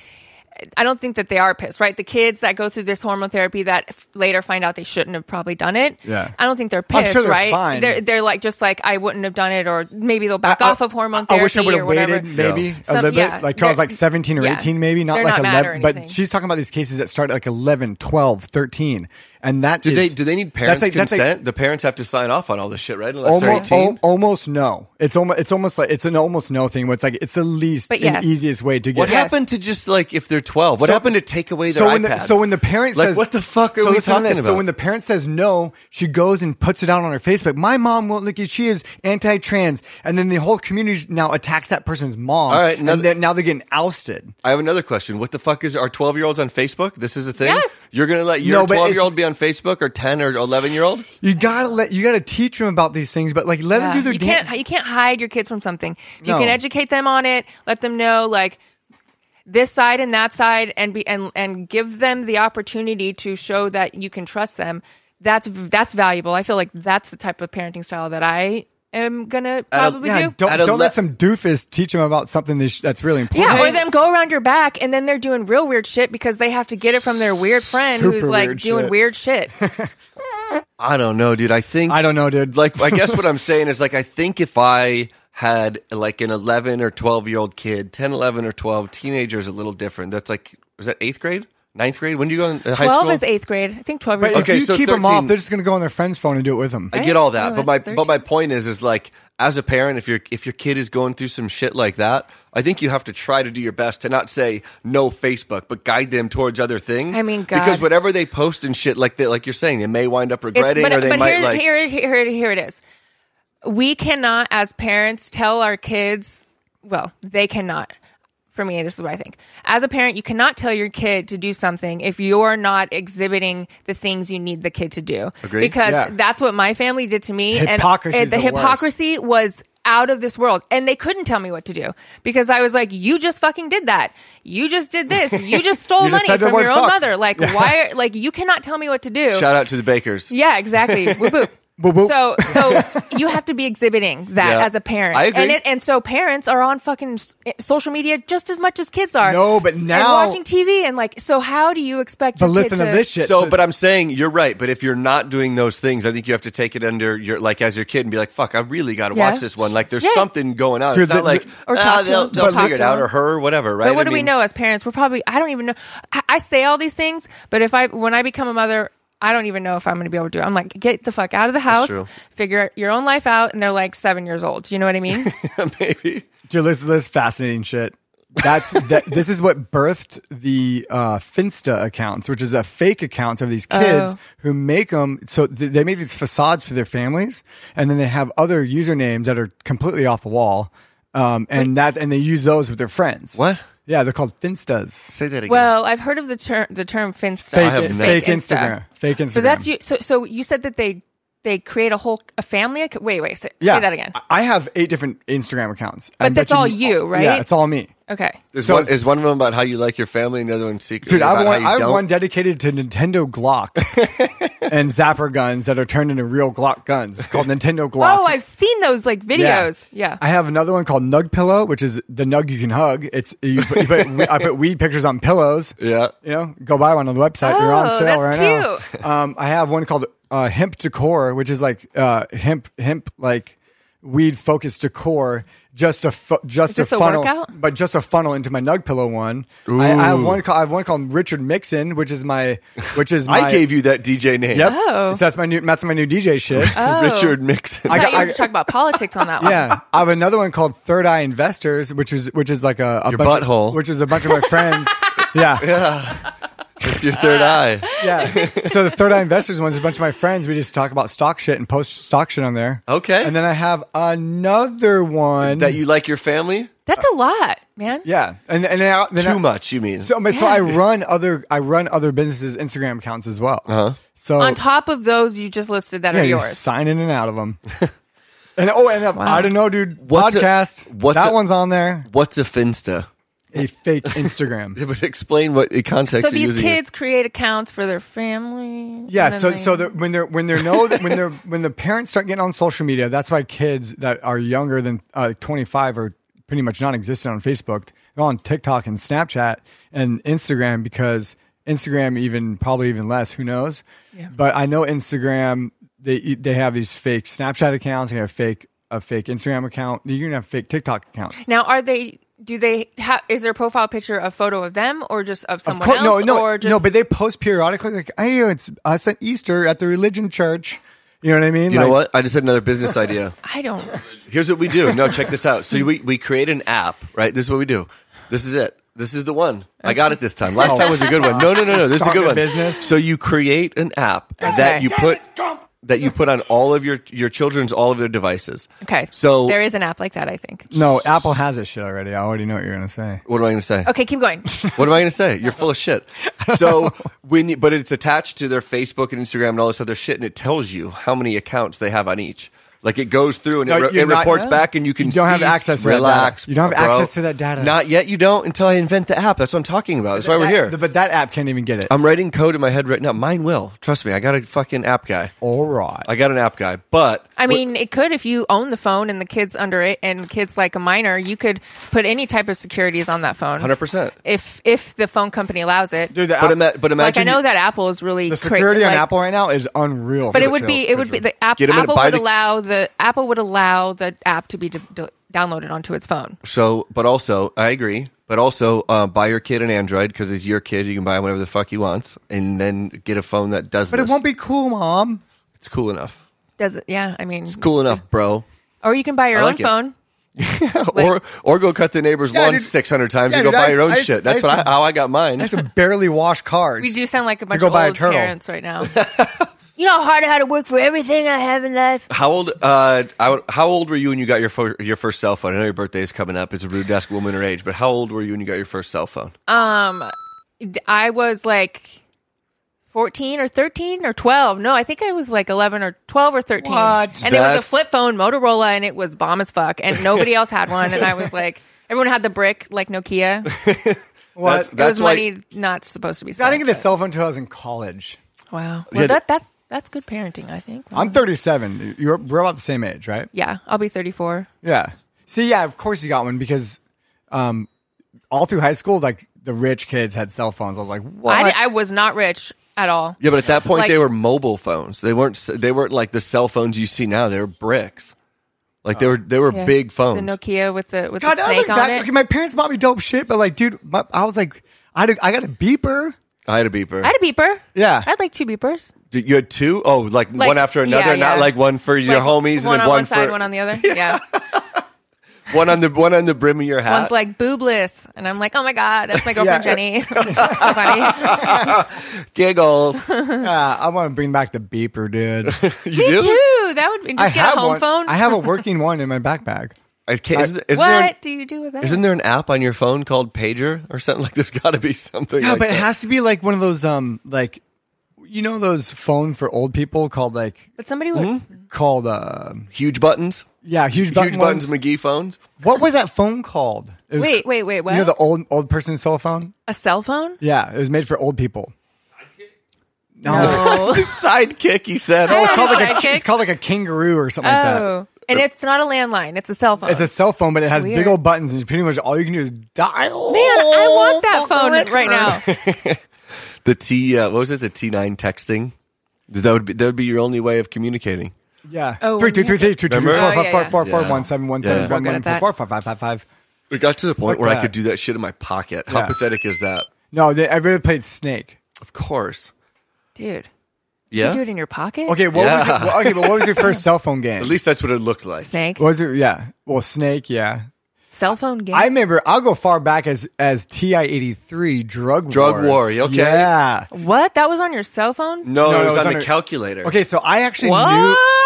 Speaker 7: I don't think that they are pissed, right? The kids that go through this hormone therapy that f- later find out they shouldn't have probably done it.
Speaker 5: Yeah.
Speaker 7: I don't think they're
Speaker 5: I'm
Speaker 7: pissed,
Speaker 5: sure they're
Speaker 7: right?
Speaker 5: fine.
Speaker 7: They're they're like just like I wouldn't have done it, or maybe they'll back off of hormone
Speaker 5: I
Speaker 7: therapy
Speaker 5: wish I would
Speaker 7: or
Speaker 5: have
Speaker 7: whatever.
Speaker 5: waited maybe
Speaker 6: Yeah.
Speaker 5: a
Speaker 7: Some-
Speaker 5: little
Speaker 7: yeah,
Speaker 5: bit. Like Charles
Speaker 7: they're-
Speaker 5: like 17 or
Speaker 7: yeah,
Speaker 5: 18 maybe, not
Speaker 7: they're
Speaker 5: like
Speaker 7: not mad or
Speaker 5: 11. But
Speaker 7: anything.
Speaker 5: she's talking about these cases that started like 11, 12, 13. And that
Speaker 6: do
Speaker 5: is-
Speaker 6: they do they need parents
Speaker 5: that's like, that's like
Speaker 6: consent? the parents have to sign off on all this shit, right? Unless they're
Speaker 5: Almost,
Speaker 6: 18.
Speaker 5: almost no. It's almost it's almost like it's an almost no thing. Where it's like it's the least
Speaker 7: But yes.
Speaker 5: and easiest way to get.
Speaker 6: what
Speaker 5: it.
Speaker 6: happened to just like if they're 12? What
Speaker 5: So-
Speaker 6: happened to take away their
Speaker 5: so
Speaker 6: iPad?
Speaker 5: when the, so when the parent
Speaker 6: Like,
Speaker 5: says
Speaker 6: what the fuck are
Speaker 5: so
Speaker 6: we
Speaker 5: listen to
Speaker 6: talking
Speaker 5: this. So
Speaker 6: about?
Speaker 5: when the parent says no, she goes and puts it out on her Facebook. My mom won't look at she is anti-trans, and then the whole community now attacks that person's mom.
Speaker 6: All right, now
Speaker 5: and
Speaker 6: th-
Speaker 5: then now they're getting ousted.
Speaker 6: I have another question. What the fuck is are twelve year olds on Facebook? This is a thing.
Speaker 7: Yes.
Speaker 6: You're gonna let your
Speaker 5: No, but it's-
Speaker 6: twelve year old be on Facebook or ten or eleven year old?
Speaker 5: You gotta let you gotta teach them about these things, but like let them do
Speaker 7: Yeah.
Speaker 5: their
Speaker 7: Uh, you
Speaker 5: damn-
Speaker 7: can't you can't hide your kids from something. You
Speaker 5: No.
Speaker 7: can educate them on it. Let them know like this side and that side, and be and and give them the opportunity to show that you can trust them. That's that's valuable. I feel like that's the type of parenting style that I am gonna probably
Speaker 5: Yeah,
Speaker 7: do.
Speaker 5: don't
Speaker 6: At a
Speaker 5: don't
Speaker 6: le-
Speaker 5: let some doofus teach them about something they sh- that's really important.
Speaker 7: yeah, or them go around your back, and then they're doing real weird shit because they have to get it from their weird friend who's
Speaker 5: Super
Speaker 7: like
Speaker 5: weird
Speaker 7: doing
Speaker 5: shit.
Speaker 7: weird shit.
Speaker 5: (laughs)
Speaker 6: I don't know, dude. I think
Speaker 5: I don't know, dude.
Speaker 6: like I guess
Speaker 5: (laughs)
Speaker 6: what I'm saying is like I think if I had like an 11 or 12 year old kid, 10, 11 or 12, teenager is a little different. That's like was that 8th grade? Ninth grade? When do you go in uh, high
Speaker 7: Twelve
Speaker 6: school?
Speaker 7: is eighth grade. I think twelve
Speaker 5: But
Speaker 7: years.
Speaker 5: if
Speaker 7: old.
Speaker 6: Okay,
Speaker 5: you
Speaker 6: so
Speaker 5: keep them off,
Speaker 6: 13
Speaker 5: they're just gonna go on their friend's phone and do it with them.
Speaker 6: I get all that,
Speaker 7: No,
Speaker 6: but my
Speaker 7: Oh, that's
Speaker 6: but my
Speaker 7: 13.
Speaker 6: point is is like as a parent, if your if your kid is going through some shit like that, I think you have to try to do your best to not say no Facebook, but guide them towards other things.
Speaker 7: I mean, God.
Speaker 6: because whatever they post and shit like that, like you're saying, they may wind up
Speaker 7: It's-
Speaker 6: regretting,
Speaker 7: but,
Speaker 6: or they
Speaker 7: but
Speaker 6: might
Speaker 7: here,
Speaker 6: like.
Speaker 7: here, it- here, it- here it is. We cannot, as parents, tell our kids. Well, they cannot. For me, this is what I think. As a parent, you cannot tell your kid to do something if you're not exhibiting the things you need the kid to do.
Speaker 6: Agreed.
Speaker 7: Because
Speaker 5: Yeah.
Speaker 7: that's what my family did to me.
Speaker 5: Hypocrisy
Speaker 7: and
Speaker 5: is
Speaker 7: the,
Speaker 5: the worst.
Speaker 7: hypocrisy was out of this world. And they couldn't tell me what to do because I was like, you just fucking did that. You just did this.
Speaker 5: (laughs)
Speaker 7: You just stole
Speaker 5: You just
Speaker 7: money
Speaker 5: said the
Speaker 7: from
Speaker 5: word
Speaker 7: your
Speaker 5: fuck.
Speaker 7: own mother. Like, why? Are, like, you cannot tell me what to do.
Speaker 6: Shout out to the Bakers.
Speaker 7: Yeah,
Speaker 5: (laughs)
Speaker 7: exactly. Whoop, whoop.
Speaker 5: Whoop, whoop.
Speaker 7: So, so you have to be exhibiting that
Speaker 6: Yeah.
Speaker 7: as a parent.
Speaker 6: I agree.
Speaker 7: And, it, and so parents are on fucking s- eh, social media just as much as kids are.
Speaker 5: No, but
Speaker 7: S-
Speaker 5: now-
Speaker 7: and watching TV and like, so how do you expect?
Speaker 5: But
Speaker 7: your
Speaker 5: listen
Speaker 7: kid
Speaker 5: to
Speaker 7: to
Speaker 5: this shit.
Speaker 6: So, but I'm saying you're right. But if you're not doing those things, I think you have to take it under your like as your kid and be like, "Fuck, I really got to
Speaker 7: Yeah.
Speaker 6: watch this one." Like, there's
Speaker 7: Yeah.
Speaker 6: something going on.
Speaker 5: Dude,
Speaker 6: it's not
Speaker 5: the-
Speaker 6: like
Speaker 7: Or
Speaker 6: ah,
Speaker 7: talk to
Speaker 6: they'll,
Speaker 7: them.
Speaker 6: they'll
Speaker 7: But-
Speaker 6: figure it out
Speaker 7: talk
Speaker 6: or
Speaker 7: to them.
Speaker 6: her, whatever. Right?
Speaker 7: But what
Speaker 6: I
Speaker 7: do we
Speaker 6: mean-
Speaker 7: know as parents? We're probably I don't even know. I, I say all these things, but if I when I become a mother, I don't even know if I'm going to be able to do it. I'm like, get the fuck out of the house,
Speaker 6: true.
Speaker 7: figure your own life out, and they're like seven years old. You know what
Speaker 5: (laughs)
Speaker 7: I mean?
Speaker 6: (laughs) Maybe.
Speaker 5: Dude, this, this is fascinating shit.
Speaker 6: (laughs)
Speaker 5: That's that, this is what birthed the uh, Finsta accounts, which is a fake accounts of these kids
Speaker 7: Oh.
Speaker 5: who make them. So th- they make these facades for their families, and then they have other usernames that are completely off the wall, um, and that and they use those with their friends.
Speaker 6: What?
Speaker 5: Yeah, they're called Finstas.
Speaker 6: Say that again.
Speaker 7: well, I've heard of the term the term finsta.
Speaker 5: Fake,
Speaker 6: I have no-
Speaker 5: fake
Speaker 7: Fake Insta.
Speaker 5: Instagram. Fake Instagram.
Speaker 7: So that's you. So so you said that they they create a whole a family. acc- Wait wait say, say
Speaker 5: Yeah,
Speaker 7: that again.
Speaker 5: I- I have eight different Instagram accounts,
Speaker 7: But
Speaker 5: I bet
Speaker 7: that's all you, right?
Speaker 5: Yeah, it's all me.
Speaker 7: Okay.
Speaker 6: Is,
Speaker 5: So-
Speaker 6: one, is one of them about how you like your family and the other one secret?
Speaker 5: Dude, I
Speaker 6: about
Speaker 5: have one,
Speaker 6: how
Speaker 5: I
Speaker 6: you
Speaker 5: have
Speaker 6: don't?
Speaker 5: one dedicated to Nintendo
Speaker 6: (laughs)
Speaker 5: Glocks and Zapper guns that are turned into real Glock guns. It's called Nintendo Glock.
Speaker 7: (laughs) Oh, I've seen those like videos. Yeah.
Speaker 5: I have another one called Nug Pillow, which is the nug you can hug. It's you put,
Speaker 6: (laughs)
Speaker 5: you put, we- I put weed pictures on pillows.
Speaker 6: Yeah.
Speaker 5: You know, go buy one on the website. They're on
Speaker 7: Oh,
Speaker 5: sale
Speaker 7: that's
Speaker 5: right
Speaker 7: cute. (laughs)
Speaker 5: now. Um, I have one called uh, Hemp Decor, which is like uh, hemp, hemp, like weed focused decor. Just a fu- just
Speaker 7: this
Speaker 5: a
Speaker 7: a
Speaker 5: funnel,
Speaker 7: workout?
Speaker 5: but just a funnel into my Nug Pillow one. I, I have one. Called, I have one called Richard Mixon, which is my, which is
Speaker 6: (laughs)
Speaker 5: my.
Speaker 6: I gave you that DJ name. (laughs)
Speaker 5: Yep.
Speaker 7: Oh.
Speaker 5: So that's my new. That's my new DJ
Speaker 7: (laughs)
Speaker 5: shit.
Speaker 6: Richard Mixon.
Speaker 7: I
Speaker 5: I
Speaker 7: thought
Speaker 5: got-
Speaker 7: you were
Speaker 5: I-
Speaker 7: going to
Speaker 5: (laughs)
Speaker 7: talk about politics on that one.
Speaker 5: Yeah, I have another one called Third Eye Investors, which is which is like a, a
Speaker 6: Your
Speaker 5: bunch of-
Speaker 6: butthole. (laughs)
Speaker 5: which is a bunch of my friends. Yeah, yeah.
Speaker 6: It's your third
Speaker 5: (laughs)
Speaker 6: eye.
Speaker 5: Yeah. so the Third Eye Investors one's a bunch of my friends. We just talk about stock shit and post stock shit on there.
Speaker 6: Okay.
Speaker 5: And then I have another one
Speaker 6: That you like your family
Speaker 7: That's a lot, man.
Speaker 5: Yeah. And and then I, then I-
Speaker 6: too much. You mean?
Speaker 5: So, but so I run other I run other businesses Instagram accounts as well. Uh-huh. So
Speaker 7: On top of those you just listed that
Speaker 5: yeah,
Speaker 7: are
Speaker 5: you
Speaker 7: yours.
Speaker 5: sign in and out
Speaker 6: (laughs)
Speaker 5: of them. and oh, and uh, I don't know, dude.
Speaker 6: What's a-
Speaker 5: podcast.
Speaker 6: what's
Speaker 5: that
Speaker 6: a-
Speaker 5: one's on there?
Speaker 6: What's a finsta?
Speaker 5: A fake
Speaker 6: (laughs)
Speaker 5: Instagram.
Speaker 6: But explain what the context.
Speaker 7: so
Speaker 6: you're
Speaker 7: these
Speaker 6: using it.
Speaker 7: kids create accounts for their family.
Speaker 5: Yeah,
Speaker 7: and then
Speaker 5: so
Speaker 7: they-
Speaker 5: so that when they're when they're know that
Speaker 7: (laughs)
Speaker 5: when they're when the parents start getting on social media, that's why kids that are younger than uh, twenty five are pretty much non-existent on Facebook. They're on TikTok and Snapchat and Instagram because Instagram even probably even less. Who knows? But I know Instagram they they have these fake Snapchat accounts. They have fake a fake Instagram account. You can have fake TikTok accounts.
Speaker 7: now are they do they have is their profile picture a photo of them or just of someone
Speaker 5: course-
Speaker 7: else
Speaker 5: no, no,
Speaker 7: or just
Speaker 5: no. But they post periodically, like, "Hey, it's us at Easter at the religion church." You know what I mean?
Speaker 6: You
Speaker 5: like,
Speaker 6: know what? I just had another business idea.
Speaker 5: (laughs)
Speaker 7: I don't
Speaker 6: Here's what we do. No, check this out. So we, we create an app, right? This is what we do. This is it. This is the one. I got it this time. Last time was a good one. No, no, no, no. This is a
Speaker 5: Starting
Speaker 6: good
Speaker 5: a
Speaker 6: one.
Speaker 5: business.
Speaker 6: So you create an app
Speaker 7: Okay.
Speaker 6: that you put that you put on all of your your children's all of their devices.
Speaker 7: Okay.
Speaker 6: So
Speaker 7: there is an app like that, I think.
Speaker 5: No, Apple has this shit already. I already know what you're gonna say.
Speaker 6: what am I going to say?
Speaker 7: Okay, keep
Speaker 5: (laughs)
Speaker 7: going.
Speaker 6: What am I going to say? You're full of shit. So when you, but it's attached to their Facebook and Instagram and all this other shit, and it tells you how many accounts they have on each. Like it goes through and
Speaker 5: No,
Speaker 6: it, re-
Speaker 5: you're
Speaker 6: it
Speaker 5: not-
Speaker 6: reports back, and you can
Speaker 5: You don't have
Speaker 6: cease-
Speaker 5: access to that
Speaker 6: relax.
Speaker 5: data. You don't have
Speaker 6: bro.
Speaker 5: access to that data.
Speaker 6: Not yet. You don't until I invent the app. That's what I'm talking about. That's why we're
Speaker 5: That-
Speaker 6: here. Um,
Speaker 5: But that app can't even get it.
Speaker 6: I'm writing code in my head right now. Mine will. Trust me. I got a fucking app guy.
Speaker 5: All right.
Speaker 6: I got an app guy. But
Speaker 7: I mean, it could if you own the phone and the kids under it and the kids like a minor, you could put any type of securities on that phone.
Speaker 6: 100. percent
Speaker 7: If if the phone company allows it.
Speaker 5: Dude, the,
Speaker 6: But,
Speaker 5: app-
Speaker 6: ima- but
Speaker 7: like I
Speaker 6: imagine
Speaker 7: know that Apple is really
Speaker 5: the
Speaker 7: cra-
Speaker 5: security on
Speaker 7: like-
Speaker 5: Apple right now is unreal.
Speaker 7: But
Speaker 5: for
Speaker 7: it would
Speaker 5: child-
Speaker 7: be it would
Speaker 5: for
Speaker 7: be
Speaker 5: children.
Speaker 7: the app
Speaker 6: Get 'em in a
Speaker 7: Apple
Speaker 6: buy
Speaker 7: would
Speaker 6: the-
Speaker 7: allow the Apple would allow the app to be d- d- downloaded onto its phone.
Speaker 6: So, but also, I agree. But also, uh, buy your kid an Android because it's your kid. You can buy him whatever the fuck he wants, and then get a phone that does.
Speaker 5: But it
Speaker 6: this.
Speaker 5: won't be cool, mom.
Speaker 6: It's cool enough.
Speaker 7: Does it? Yeah, I mean,
Speaker 6: Cool enough, bro.
Speaker 7: or you can buy your
Speaker 6: I
Speaker 7: own
Speaker 6: like it.
Speaker 7: phone.
Speaker 6: or or go cut the neighbor's
Speaker 5: Yeah,
Speaker 6: lawn
Speaker 5: dude.
Speaker 6: six hundred times
Speaker 5: Yeah,
Speaker 6: and go
Speaker 5: dude,
Speaker 6: buy
Speaker 5: I
Speaker 6: your own
Speaker 5: s- I s-
Speaker 6: shit.
Speaker 5: I
Speaker 6: That's
Speaker 5: s-
Speaker 6: what I, how I got mine.
Speaker 5: I
Speaker 7: (laughs)
Speaker 5: used to barely wash cars.
Speaker 7: We do sound like a bunch
Speaker 5: go
Speaker 7: of
Speaker 5: buy a
Speaker 7: old
Speaker 5: turtle.
Speaker 7: parents
Speaker 5: (laughs)
Speaker 7: right now. you know how hard I had to work for everything I have in life.
Speaker 6: How old? Uh, I- how old were you when you got your fir- your first cell phone? I know your birthday is coming up. It's a rude to ask a woman her age, but how old were you when you got your first cell phone?
Speaker 7: I was like 14 or 13 or 12. No, I think I was like 11 or 12 or 13.
Speaker 5: What?
Speaker 7: And it was a
Speaker 6: That's-
Speaker 7: flip phone, Motorola, and it was bomb as fuck.
Speaker 6: (laughs)
Speaker 7: And nobody else had one. And I was like, everyone had the brick, like Nokia.
Speaker 5: What?
Speaker 6: That's-
Speaker 7: it was
Speaker 6: why-
Speaker 7: money not supposed to be
Speaker 5: I
Speaker 7: spent.
Speaker 5: didn't get a cell phone until I was in college.
Speaker 7: Wow. Well,
Speaker 6: Yeah.
Speaker 7: that, that's, that's good parenting, I think.
Speaker 5: I'm 37. You're we're about the same age, right?
Speaker 7: yeah, I'll be 34.
Speaker 5: Yeah. See, yeah, of course you got one because, um, all through high school, like the rich kids had cell phones. I was like, what?
Speaker 7: I, di- I was not rich at all.
Speaker 6: Yeah, but at that point
Speaker 7: Like-
Speaker 6: they were mobile phones. They weren't. s- They weren't like the cell phones you see now. They were bricks. Like they were. They were
Speaker 7: Yeah.
Speaker 6: big phones.
Speaker 7: The Nokia with the, with
Speaker 5: God,
Speaker 7: the
Speaker 5: I
Speaker 7: snake
Speaker 5: look
Speaker 7: on
Speaker 5: back.
Speaker 7: it.
Speaker 5: Like, my parents bought me dope shit, but like, dude, my, I was like, I, had a- I got a beeper.
Speaker 6: I had a beeper.
Speaker 7: I had a beeper.
Speaker 5: Yeah.
Speaker 7: I had like two beepers.
Speaker 6: Dude, you had two? Oh, like,
Speaker 7: Like,
Speaker 6: one after
Speaker 7: yeah,
Speaker 6: another, not
Speaker 7: yeah.
Speaker 6: like one for your
Speaker 7: Like,
Speaker 6: homies
Speaker 7: one
Speaker 6: and then
Speaker 7: on
Speaker 6: one,
Speaker 7: one side,
Speaker 6: for
Speaker 7: one on the other. yeah.
Speaker 6: the one on the one on the brim of your hat.
Speaker 7: One's like boobless, and I'm like, oh my god, that's my girlfriend
Speaker 5: Yeah.
Speaker 7: Jenny. (laughs) so funny. (laughs)
Speaker 6: giggles. you
Speaker 5: Yeah, uh, I want to bring back the beeper, (laughs) dude.
Speaker 7: Me
Speaker 6: do?
Speaker 7: too. That would just
Speaker 5: I
Speaker 7: get
Speaker 5: have
Speaker 7: a home
Speaker 5: one.
Speaker 7: phone.
Speaker 5: I have a working one in my (laughs) backpack.
Speaker 6: I can't, isn't, isn't
Speaker 7: what
Speaker 6: There an,
Speaker 7: do you do with that?
Speaker 6: isn't there an app on your phone called Pager or something? (laughs) Like, there's got to be something.
Speaker 5: Yeah,
Speaker 6: like
Speaker 5: but it
Speaker 6: that.
Speaker 5: has to be like uh, one of those, um, like you know those phone for old people called like
Speaker 7: but somebody would.
Speaker 5: called uh
Speaker 6: huge buttons,
Speaker 5: yeah huge button
Speaker 6: huge buttons,
Speaker 5: ones.
Speaker 6: McGee phones.
Speaker 5: What was that phone called? It was,
Speaker 7: Wait, wait, wait. What?
Speaker 5: You know the old old person cell phone?
Speaker 7: a cell phone?
Speaker 5: Yeah, it was made for old people. No,
Speaker 7: No.
Speaker 6: Sidekick, he said.
Speaker 5: (laughs)
Speaker 7: I
Speaker 5: it's
Speaker 7: had
Speaker 5: called
Speaker 7: a
Speaker 5: like a,
Speaker 7: Oh, sidekick.
Speaker 5: it's called like a kangaroo or something like that.
Speaker 7: oh, and it's not a landline. It's a cell phone.
Speaker 5: It's a cell phone, but it has big
Speaker 7: Weird.
Speaker 5: old buttons, and pretty much all you can do is dial.
Speaker 7: Man, I want that phone right now.
Speaker 6: the T. Uh, what was it? The T nine texting. That would be that would be your only way of communicating.
Speaker 5: Yeah.
Speaker 7: Oh,
Speaker 5: Three, two,
Speaker 7: yeah.
Speaker 5: three, three, two, two,
Speaker 6: Remember?
Speaker 5: four,
Speaker 6: Oh,
Speaker 5: four,
Speaker 7: yeah,
Speaker 5: four,
Speaker 7: yeah.
Speaker 5: four, four,
Speaker 6: Yeah.
Speaker 5: one, seven, one,
Speaker 6: Yeah.
Speaker 5: seven, one,
Speaker 7: Real good
Speaker 5: one,
Speaker 7: at
Speaker 5: four,
Speaker 7: that.
Speaker 5: four, five, five, five, five.
Speaker 6: It got to the point
Speaker 5: Like
Speaker 6: where I
Speaker 5: that.
Speaker 6: could do that shit in my pocket. How
Speaker 5: Yeah.
Speaker 6: pathetic is that?
Speaker 5: No, they, everybody played Snake.
Speaker 6: Of course.
Speaker 7: Dude,
Speaker 6: Yeah.
Speaker 7: you do it in your pocket?
Speaker 5: Okay, what was
Speaker 6: Yeah. (laughs)
Speaker 5: it, well, okay, but what was your first cell phone game?
Speaker 6: At least that's what it looked like.
Speaker 7: Snake.
Speaker 5: What was it? Yeah. Well, Snake. Yeah.
Speaker 7: Cell phone game.
Speaker 5: I remember. I'll go far back as as Ti eighty three drug
Speaker 6: Drug
Speaker 5: wars.
Speaker 6: war, okay.
Speaker 5: Yeah.
Speaker 7: what? That was on your cell phone?
Speaker 6: No,
Speaker 5: No,
Speaker 6: it
Speaker 5: no,
Speaker 6: was on
Speaker 5: under-
Speaker 6: the calculator.
Speaker 5: Okay, so I actually knew.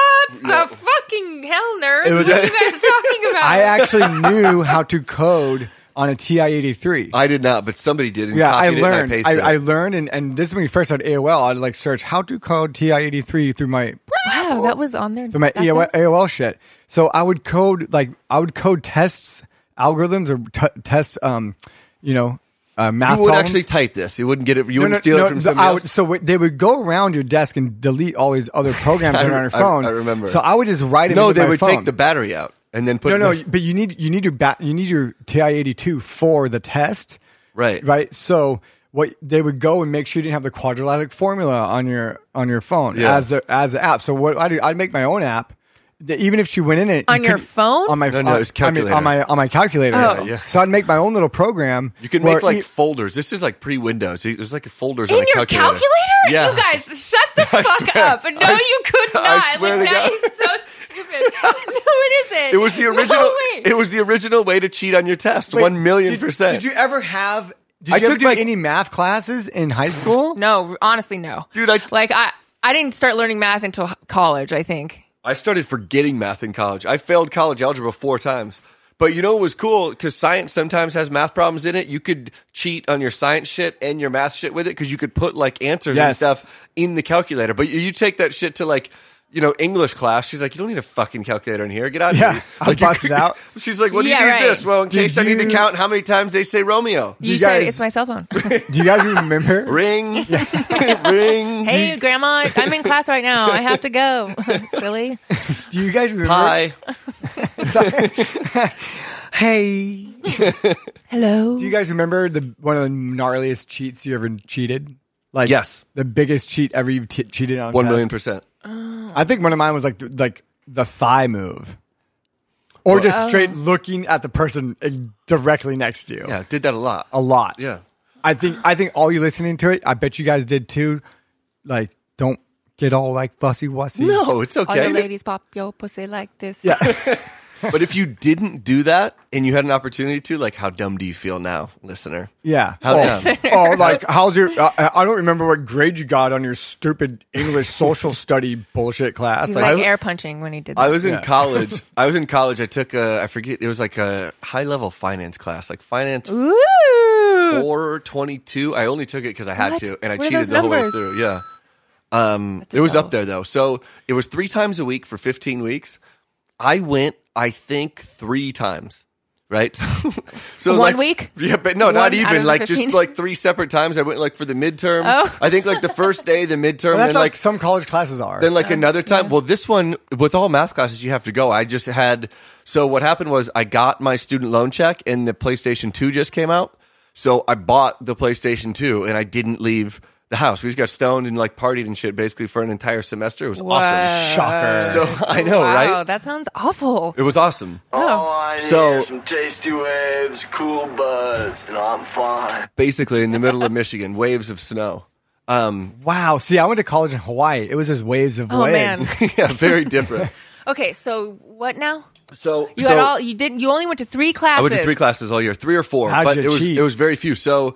Speaker 7: What the fucking hell, nerds?
Speaker 5: It was-
Speaker 7: what are you guys
Speaker 6: (laughs)
Speaker 7: talking about?
Speaker 5: I actually knew how to code on a TI eighty three.
Speaker 6: I did not, but somebody did. And
Speaker 5: Yeah, I
Speaker 6: copied it and
Speaker 5: learned.
Speaker 6: I,
Speaker 5: I,
Speaker 6: pasted
Speaker 5: I
Speaker 6: it.
Speaker 5: learned, and, and this is when we first had AOL. I'd like search how to code TI eighty three through my
Speaker 7: wow, that was on there.
Speaker 5: through my
Speaker 7: back
Speaker 6: E
Speaker 5: AOL,
Speaker 7: then?
Speaker 5: AOL shit. So I would code like I would code tests, algorithms, or t- test, um, you know, uh, math.
Speaker 6: you would
Speaker 5: problems.
Speaker 6: actually type this. You wouldn't get it. You
Speaker 5: No,
Speaker 6: wouldn't
Speaker 5: no,
Speaker 6: steal
Speaker 5: no,
Speaker 6: it from
Speaker 5: the-
Speaker 6: somebody
Speaker 5: I
Speaker 6: else.
Speaker 5: would- so w- they would go around your desk and delete all these
Speaker 6: (laughs)
Speaker 5: other programs that are on your
Speaker 6: I-
Speaker 5: phone.
Speaker 6: I remember.
Speaker 5: So I would just write it.
Speaker 6: no,
Speaker 5: into
Speaker 6: they
Speaker 5: my
Speaker 6: would
Speaker 5: phone.
Speaker 6: take the battery out and then put.
Speaker 5: No,
Speaker 6: it
Speaker 5: no,
Speaker 6: in-
Speaker 5: but you need you need your bat you need your TI eighty two for the test,
Speaker 6: right,
Speaker 5: right? So what they would go and make sure you didn't have the quadratic formula on your on your phone
Speaker 6: Yeah.
Speaker 5: as the as the app. So what I do, I'd make my own app. that even if she went in it
Speaker 7: On
Speaker 5: you
Speaker 7: your
Speaker 5: couldn't-
Speaker 7: phone?
Speaker 5: on my
Speaker 6: No, no,
Speaker 5: on-
Speaker 6: it was
Speaker 5: I mean,
Speaker 6: calculator.
Speaker 5: on my on my calculator.
Speaker 7: Oh.
Speaker 6: Yeah, yeah.
Speaker 5: So I'd make my own little program.
Speaker 6: You could
Speaker 5: where
Speaker 6: make like
Speaker 5: e-
Speaker 6: folders. This is like pre-Windows. It was like folders
Speaker 7: In
Speaker 6: on a
Speaker 7: your
Speaker 6: calculator.
Speaker 7: calculator?
Speaker 6: Yeah.
Speaker 7: You guys, shut
Speaker 6: (laughs)
Speaker 7: the
Speaker 6: I
Speaker 7: fuck
Speaker 6: swear.
Speaker 7: up. No,
Speaker 6: I s-
Speaker 7: you could
Speaker 6: I
Speaker 7: not.
Speaker 6: swear
Speaker 7: like,
Speaker 6: to
Speaker 7: that
Speaker 6: God. (laughs)
Speaker 7: is so stupid. no, it isn't.
Speaker 6: It was the
Speaker 7: No
Speaker 6: original.
Speaker 7: way.
Speaker 6: it was the original way to cheat on your test.
Speaker 5: Wait,
Speaker 6: One million
Speaker 5: did-
Speaker 6: percent.
Speaker 5: Did you ever have? Did
Speaker 6: I
Speaker 5: you ever
Speaker 6: took,
Speaker 5: do
Speaker 6: like-
Speaker 5: any math classes in high school?
Speaker 7: No, honestly, no,
Speaker 6: Dude, I-
Speaker 7: like I, I didn't start learning math until h- college. I think.
Speaker 6: I started forgetting math in college. I failed college algebra four times. But you know what was cool? Because science sometimes has math problems in it. You could cheat on your science shit and your math shit with it because you could put like answers and
Speaker 5: Yes.
Speaker 6: stuff in the calculator. But you, you take that shit to like, you know, English class. She's like, you don't need a fucking calculator in here. Get out of
Speaker 5: Yeah,
Speaker 6: here.
Speaker 5: I'll
Speaker 6: Like, you
Speaker 5: bust it
Speaker 6: could-
Speaker 5: out.
Speaker 6: (laughs) She's like, what do you
Speaker 7: Yeah,
Speaker 6: do with
Speaker 7: right.
Speaker 6: this? Well, in
Speaker 5: Did
Speaker 6: case I need to
Speaker 5: you-
Speaker 6: count how many times they say Romeo.
Speaker 7: You,
Speaker 5: You
Speaker 7: said
Speaker 5: guys-
Speaker 7: it's my
Speaker 6: (laughs)
Speaker 7: cell phone.
Speaker 5: Do you guys remember?
Speaker 6: Ring.
Speaker 5: (laughs)
Speaker 6: Ring.
Speaker 7: hey, grandma, I'm in class right now. I have
Speaker 6: (laughs)
Speaker 7: to go. (laughs) Silly.
Speaker 5: Do you guys remember?
Speaker 6: Hi.
Speaker 5: Hey.
Speaker 7: Hello.
Speaker 5: Do you guys remember the one of the gnarliest cheats you ever cheated? Like
Speaker 6: Yes.
Speaker 5: the biggest cheat ever you t- cheated on.
Speaker 6: One
Speaker 5: test?
Speaker 6: million percent.
Speaker 5: I think one of mine was like th- like the thigh move, or just straight looking at the person uh, directly next to you.
Speaker 6: Yeah, did that a lot.
Speaker 5: a lot.
Speaker 6: Yeah.
Speaker 5: I think I think all you listening to it, I bet you guys did too. Like, don't get all like fussy wussy.
Speaker 6: No, it's
Speaker 7: All
Speaker 6: okay.
Speaker 7: you ladies pop your pussy like this.
Speaker 5: Yeah.
Speaker 6: But if you didn't do that and you had an opportunity to, like, how dumb do you feel now, listener?
Speaker 5: Yeah.
Speaker 6: How
Speaker 5: oh,
Speaker 6: dumb.
Speaker 5: (laughs) oh, like how's your? Uh, I I don't remember what grade you got on your stupid English social study bullshit class.
Speaker 7: He's like
Speaker 5: I-
Speaker 7: air punching when he did that.
Speaker 6: I was in college. I was in college. I took a, I forget, it was like a high level finance class, like finance
Speaker 7: Ooh.
Speaker 6: 422. I only took it because I had
Speaker 7: What?
Speaker 6: to, and I
Speaker 7: What are
Speaker 6: cheated
Speaker 7: those
Speaker 6: the whole way
Speaker 7: numbers?
Speaker 6: through. Yeah. Um,
Speaker 7: a
Speaker 6: it was
Speaker 7: double.
Speaker 6: up there though. So it was three times a week for 15 weeks. I went, I think, three times. Right, (laughs) so
Speaker 7: One
Speaker 6: like-
Speaker 7: week?
Speaker 6: Yeah, but no,
Speaker 7: One out
Speaker 6: not
Speaker 7: of
Speaker 6: even
Speaker 7: the
Speaker 6: like
Speaker 7: 15?
Speaker 6: just like three separate times. I went like for the midterm.
Speaker 7: Oh.
Speaker 6: I think like the first day, the midterm,
Speaker 5: Well,
Speaker 6: and
Speaker 5: that's
Speaker 6: then,
Speaker 5: like,
Speaker 6: like
Speaker 5: some college classes are.
Speaker 6: then like another time well this one with all math classes you have to go i just had so what happened was i got my student loan check and the playstation 2 just came out so i bought the playstation 2 and i didn't leave the house we just got stoned and like partied and shit basically for an entire semester it was awesome
Speaker 5: Shocker.
Speaker 6: so (laughs) i know
Speaker 7: wow,
Speaker 6: right
Speaker 7: that sounds awful.
Speaker 6: it was awesome
Speaker 2: All I need
Speaker 6: So-
Speaker 2: is some tasty waves, cool buzz, and I'm fine.
Speaker 6: basically in the middle of michigan waves of snow (laughs) um
Speaker 5: wow. See, I went to college in Hawaii. It was just waves of
Speaker 6: (laughs)
Speaker 7: Oh,
Speaker 5: waves.
Speaker 7: man.
Speaker 6: yeah very
Speaker 7: (laughs)
Speaker 6: different
Speaker 7: Okay, so what now?
Speaker 6: so
Speaker 7: You
Speaker 6: so,
Speaker 7: had all you didn't you only went to three classes.
Speaker 6: I went to three classes all year, three or 4
Speaker 5: How'd
Speaker 6: but
Speaker 5: you
Speaker 6: it was
Speaker 5: cheat?
Speaker 6: it was very few. So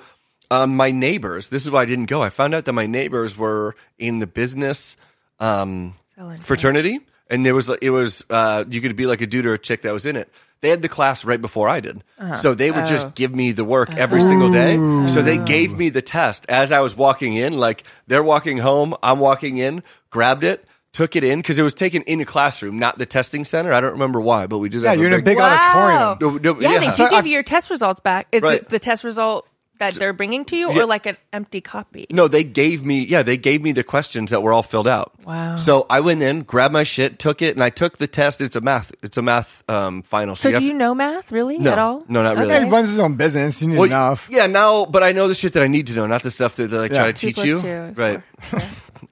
Speaker 6: um, my neighbors, this is why I didn't go. I found out that my neighbors were in the business um,
Speaker 7: Selling
Speaker 6: fraternity, and there was like- it was uh, you could be like a dude or a chick that was in it. They had the class right before I did, so they would just give me the work every single day. So they gave me the test as I was walking in. Like they're walking home, I'm walking in, grabbed it. Took it in because it was taken in a classroom, not the testing center. I don't remember why, but we did.
Speaker 5: Yeah,
Speaker 6: have
Speaker 5: you're in a big
Speaker 7: Oh, Wow.
Speaker 5: auditorium.
Speaker 6: No, no,
Speaker 7: yeah,
Speaker 6: yeah.
Speaker 7: they
Speaker 6: (laughs)
Speaker 7: do
Speaker 5: I-
Speaker 7: give you your test results back. Is
Speaker 6: Right.
Speaker 7: it the test result that they're bringing to you,
Speaker 6: Yeah.
Speaker 7: or like an empty copy?
Speaker 6: No, they gave me, yeah, they gave me the questions that were all filled out.
Speaker 7: Wow.
Speaker 6: So I went in, grabbed my shit, took it, and I took the test. It's a math, it's a math um, final.
Speaker 7: So
Speaker 6: have
Speaker 7: do you
Speaker 6: to-
Speaker 7: know math really
Speaker 6: No.
Speaker 7: at all?
Speaker 6: No, not really.
Speaker 5: He runs his own business. You need
Speaker 6: Well,
Speaker 5: enough.
Speaker 6: Yeah, now, but I know the shit that I need to know, not the stuff that they like
Speaker 5: Yeah.
Speaker 6: try to
Speaker 7: Two
Speaker 6: teach
Speaker 7: plus
Speaker 6: you.
Speaker 7: two is
Speaker 6: right. (laughs)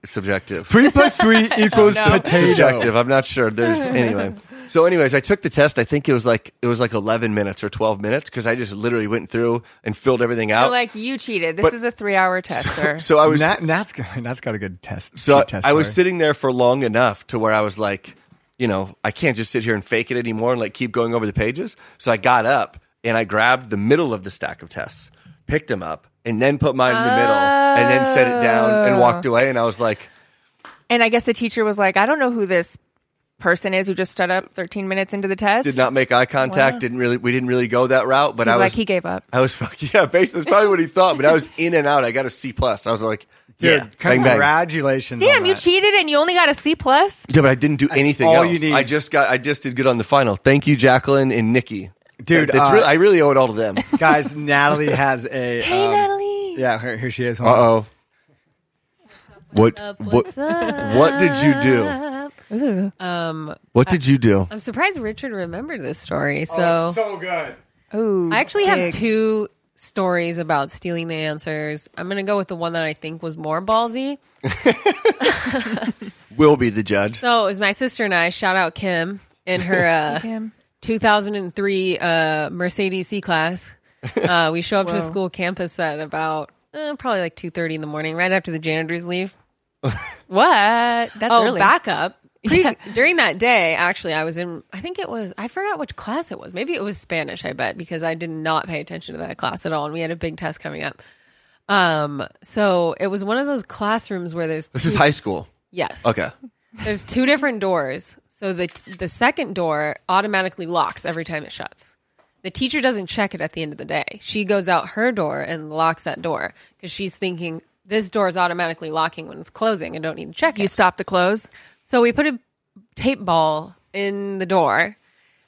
Speaker 6: it's subjective.
Speaker 5: Three plus
Speaker 7: (laughs)
Speaker 5: three equals
Speaker 7: Oh,
Speaker 5: potato.
Speaker 6: Subjective. I'm not sure. There's anyway. So, anyways, I took the test. I think it was like it was like 11 minutes or 12 minutes because I just literally went through and filled everything
Speaker 7: They're
Speaker 6: out.
Speaker 7: like you cheated. This
Speaker 6: But-
Speaker 7: is a three-hour test, sir.
Speaker 6: so I was
Speaker 5: Nat, (laughs) Nat's, got- Nat's got a good test.
Speaker 6: So
Speaker 5: cheat test
Speaker 6: I was
Speaker 5: story.
Speaker 6: sitting there for long enough to where I was like, you know, I can't just sit here and fake it anymore and like keep going over the pages. So I got up and I grabbed the middle of the stack of tests, picked them up, and then put mine in the middle, and then set it down and walked away. And I was like,
Speaker 7: And I guess the teacher was like, I don't know who this person is who just stood up 13 minutes into the test.
Speaker 6: did not make eye contact. Didn't really, we didn't really go that route. But
Speaker 7: He's
Speaker 6: I was
Speaker 7: like, he gave up.
Speaker 6: I was (laughs) fuck yeah. Basically, that's probably what he thought. But I was in and out. I got a C plus. I was like,
Speaker 5: Dude,
Speaker 6: yeah, bang, bang.
Speaker 5: congratulations. on
Speaker 7: Damn, you
Speaker 5: that.
Speaker 7: cheated and you only got a C plus.
Speaker 6: Yeah, but I didn't do anything
Speaker 5: all
Speaker 6: else.
Speaker 5: you need.
Speaker 6: I just got, I just did good on the final. Thank you, Jacqueline and Nikki.
Speaker 5: Dude,
Speaker 6: That's
Speaker 5: uh,
Speaker 6: really, I really owe it all to
Speaker 5: (laughs)
Speaker 6: them.
Speaker 5: (laughs) Guys, Natalie has a.
Speaker 7: Hey,
Speaker 5: um,
Speaker 7: Natalie.
Speaker 5: Yeah, here, here she is.
Speaker 6: Uh oh. What what what did you do?
Speaker 8: Um,
Speaker 6: What did you do?
Speaker 8: I'm surprised Richard remembered this story.
Speaker 7: Oh.
Speaker 8: So,
Speaker 5: so good.
Speaker 7: Ooh,
Speaker 8: I actually have two stories about stealing the answers. I'm going to go with the one that I think was more ballsy.
Speaker 6: Will be the judge.
Speaker 8: So it was my sister and I. Shout out Kim in
Speaker 7: (laughs)
Speaker 8: her uh,
Speaker 7: Kim.
Speaker 8: 2003 uh, Mercedes C class. Uh, we show up to
Speaker 7: Whoa.
Speaker 8: a school campus at about eh, probably like 2:30 in the morning, right after the janitors leave.
Speaker 7: what? That's
Speaker 8: oh,
Speaker 7: early.
Speaker 8: back up. Pre-
Speaker 7: Yeah.
Speaker 8: (laughs) During that day, actually, I was in, I think it was, I forgot which class it was. Maybe it was Spanish, I bet, because I did not pay attention to that class at all. And we had a big test coming up. Um, so it was one of those classrooms where there's
Speaker 6: This
Speaker 8: two-
Speaker 6: is high school.
Speaker 8: yes.
Speaker 6: Okay.
Speaker 8: There's two different doors. So the the second door automatically locks every time it shuts. The teacher doesn't check it at the end of the day. She goes out her door and locks that door because she's thinking this door is automatically locking when it's closing. I don't need to check
Speaker 7: You
Speaker 8: it.
Speaker 7: stopped the close.
Speaker 8: So we put a tape ball in the door.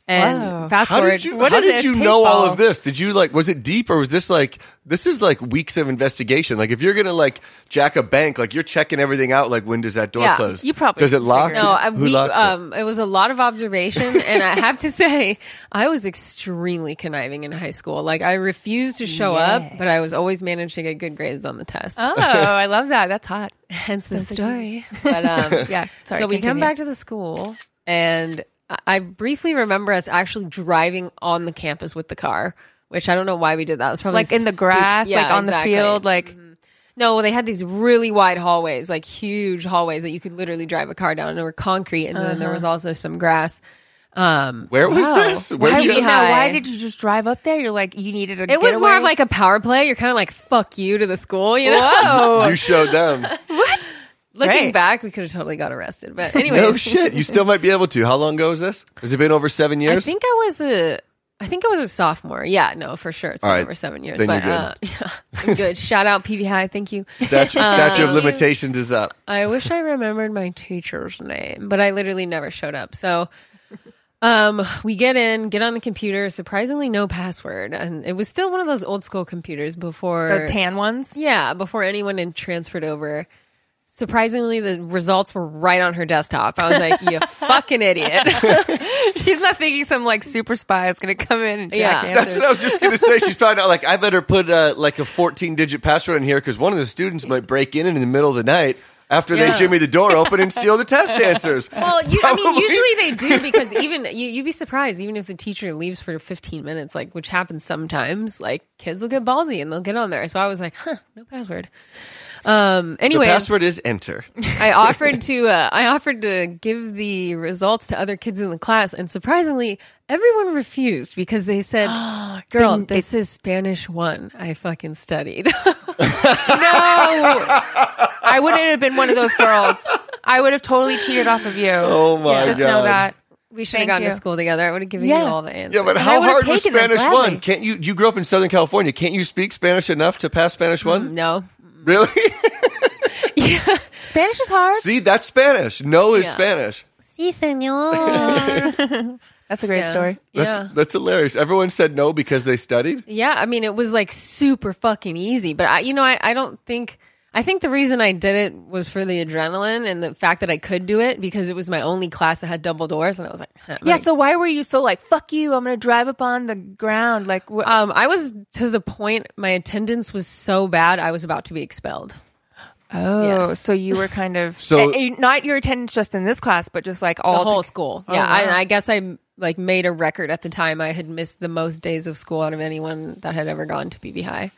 Speaker 8: And
Speaker 7: Wow.
Speaker 8: fast
Speaker 6: How
Speaker 8: forward,
Speaker 6: did you
Speaker 8: what
Speaker 6: how
Speaker 8: is
Speaker 6: did
Speaker 8: it?
Speaker 6: you
Speaker 8: Tape
Speaker 6: know all
Speaker 8: ball.
Speaker 6: of this? Did you like was it deep or was this like this is like weeks of investigation? Like if you're gonna like jack a bank, like you're checking everything out, like when does that door
Speaker 8: Yeah,
Speaker 6: close?
Speaker 7: you probably
Speaker 6: does it lock?
Speaker 8: No, I,
Speaker 6: Who
Speaker 8: we,
Speaker 6: locks it?
Speaker 8: um, it? was a lot of observation, and I have to (laughs) say, I was extremely conniving in high school. Like I refused to show up, but I was always managed to get good grades on the
Speaker 7: (laughs)
Speaker 8: test.
Speaker 7: Oh, I love that. (laughs) That's hot.
Speaker 8: Hence the story.
Speaker 7: (laughs)
Speaker 8: But um,
Speaker 7: Yeah. Sorry.
Speaker 8: so we come
Speaker 7: continue.
Speaker 8: back to the school, and I- I briefly remember us actually driving on the campus with the car, which I don't know why we did that. It was probably
Speaker 7: like in the
Speaker 8: stu-
Speaker 7: grass,
Speaker 8: Yeah,
Speaker 7: like on
Speaker 8: exactly.
Speaker 7: the field, like
Speaker 8: No, well, they had these really wide hallways, like huge hallways that you could literally drive a car down, and they were concrete, and then
Speaker 6: Uh-huh.
Speaker 8: there was also some grass. Um,
Speaker 6: Where was
Speaker 7: wow.
Speaker 6: this? Where
Speaker 7: why,
Speaker 6: did
Speaker 8: you-
Speaker 7: oh, you,
Speaker 8: Beehive.
Speaker 7: now, why did you just drive up there? You're like you needed a.
Speaker 8: it was more
Speaker 7: getaway?
Speaker 8: of like a power play. You're kind of like "fuck you" to the school, you know.
Speaker 6: you showed them.
Speaker 8: (laughs) Looking
Speaker 7: Right.
Speaker 8: back, we could have totally got arrested, but anyway,
Speaker 6: no shit. You still might be able to. How long ago is this? Has it been over seven
Speaker 8: I
Speaker 6: years?
Speaker 8: think I was a. I think I was a sophomore. Yeah, no, for sure. It's been
Speaker 6: All right.
Speaker 8: over seven years.
Speaker 6: Then
Speaker 8: but
Speaker 6: you're
Speaker 8: uh (laughs) yeah, I'm good. Shout out PB High. Thank you.
Speaker 6: Statue, statue of limitations is up.
Speaker 8: I wish I remembered my teacher's name, but I literally never showed up. So um we get in, get on the computer, surprisingly no password. And it was still one of those old school computers before
Speaker 7: the tan (laughs) ones.
Speaker 8: Yeah, before anyone had transferred over. Surprisingly, the results were right on her desktop. I was
Speaker 7: (laughs)
Speaker 8: like, "You fucking idiot!" (laughs)
Speaker 7: She's not thinking some like super spy is going to come in and
Speaker 8: Yeah.
Speaker 7: jack yeah.
Speaker 6: That's what I was just gonna say. She's probably not like I better put uh, like a fourteen digit password in here because one of the students might break in in the middle of the night after
Speaker 8: Yeah.
Speaker 6: they jimmy the door open and steal the
Speaker 8: (laughs)
Speaker 6: test answers.
Speaker 8: Well, you, I mean,
Speaker 6: Probably.
Speaker 8: usually they do because even you, you'd be surprised, even if the teacher leaves for 15 minutes, like which happens sometimes, like kids will get ballsy and they'll get on there. So I was like, huh, no password. Um,
Speaker 6: the
Speaker 8: anyways,
Speaker 6: password is
Speaker 8: (laughs)
Speaker 6: enter.
Speaker 8: I offered to, uh, I offered to give the results to other kids in the class, and surprisingly, everyone refused because they said, "Girl,
Speaker 7: Didn't they-
Speaker 8: this is Spanish one. I fucking
Speaker 6: (laughs)
Speaker 8: studied." (laughs)
Speaker 7: No, I wouldn't have been one of those girls. I would have totally cheated off of you.
Speaker 6: Oh my
Speaker 7: just know
Speaker 6: God.
Speaker 7: that.
Speaker 8: we should have
Speaker 7: Thank
Speaker 8: gotten
Speaker 7: you.
Speaker 8: to school together. I would have given you
Speaker 7: Yeah.
Speaker 8: all the answers.
Speaker 6: Yeah, but
Speaker 7: And I
Speaker 6: how
Speaker 7: would've
Speaker 6: hard was
Speaker 7: taken them
Speaker 6: Spanish
Speaker 7: gladly.
Speaker 6: one? Can't you? You grew up in Southern California. Can't you speak Spanish enough to pass Spanish one?
Speaker 8: (laughs) no.
Speaker 6: Really? (laughs)
Speaker 7: Spanish is hard.
Speaker 6: See, that's Spanish. No is
Speaker 8: Yeah.
Speaker 6: Spanish.
Speaker 8: Sí, señor.
Speaker 7: (laughs) That's a great
Speaker 8: Yeah.
Speaker 7: story.
Speaker 6: That's
Speaker 8: yeah.
Speaker 6: that's hilarious. Everyone said no because they studied.
Speaker 8: Yeah, I mean, it was like super fucking easy, but I, you know, I, I don't think, I think the reason I did it was for the adrenaline and the fact that I could do it because it was my only class that had double doors, and I was like, huh,
Speaker 7: Yeah.
Speaker 8: like-
Speaker 7: So why were you so like fuck you? I'm going to drive up on the ground. Like wh-
Speaker 8: um, I was to the point my attendance was so bad I was about to be expelled.
Speaker 7: oh,
Speaker 8: yes.
Speaker 7: so you were kind
Speaker 6: (laughs)
Speaker 7: of
Speaker 6: So-
Speaker 7: so not your attendance just in this class, but just like all
Speaker 8: the whole
Speaker 7: to-
Speaker 8: school.
Speaker 7: Oh,
Speaker 8: yeah, I-
Speaker 7: wow.
Speaker 8: I, guess I like made a record at the time. I had missed the most days of school out of anyone that had ever gone to BB High.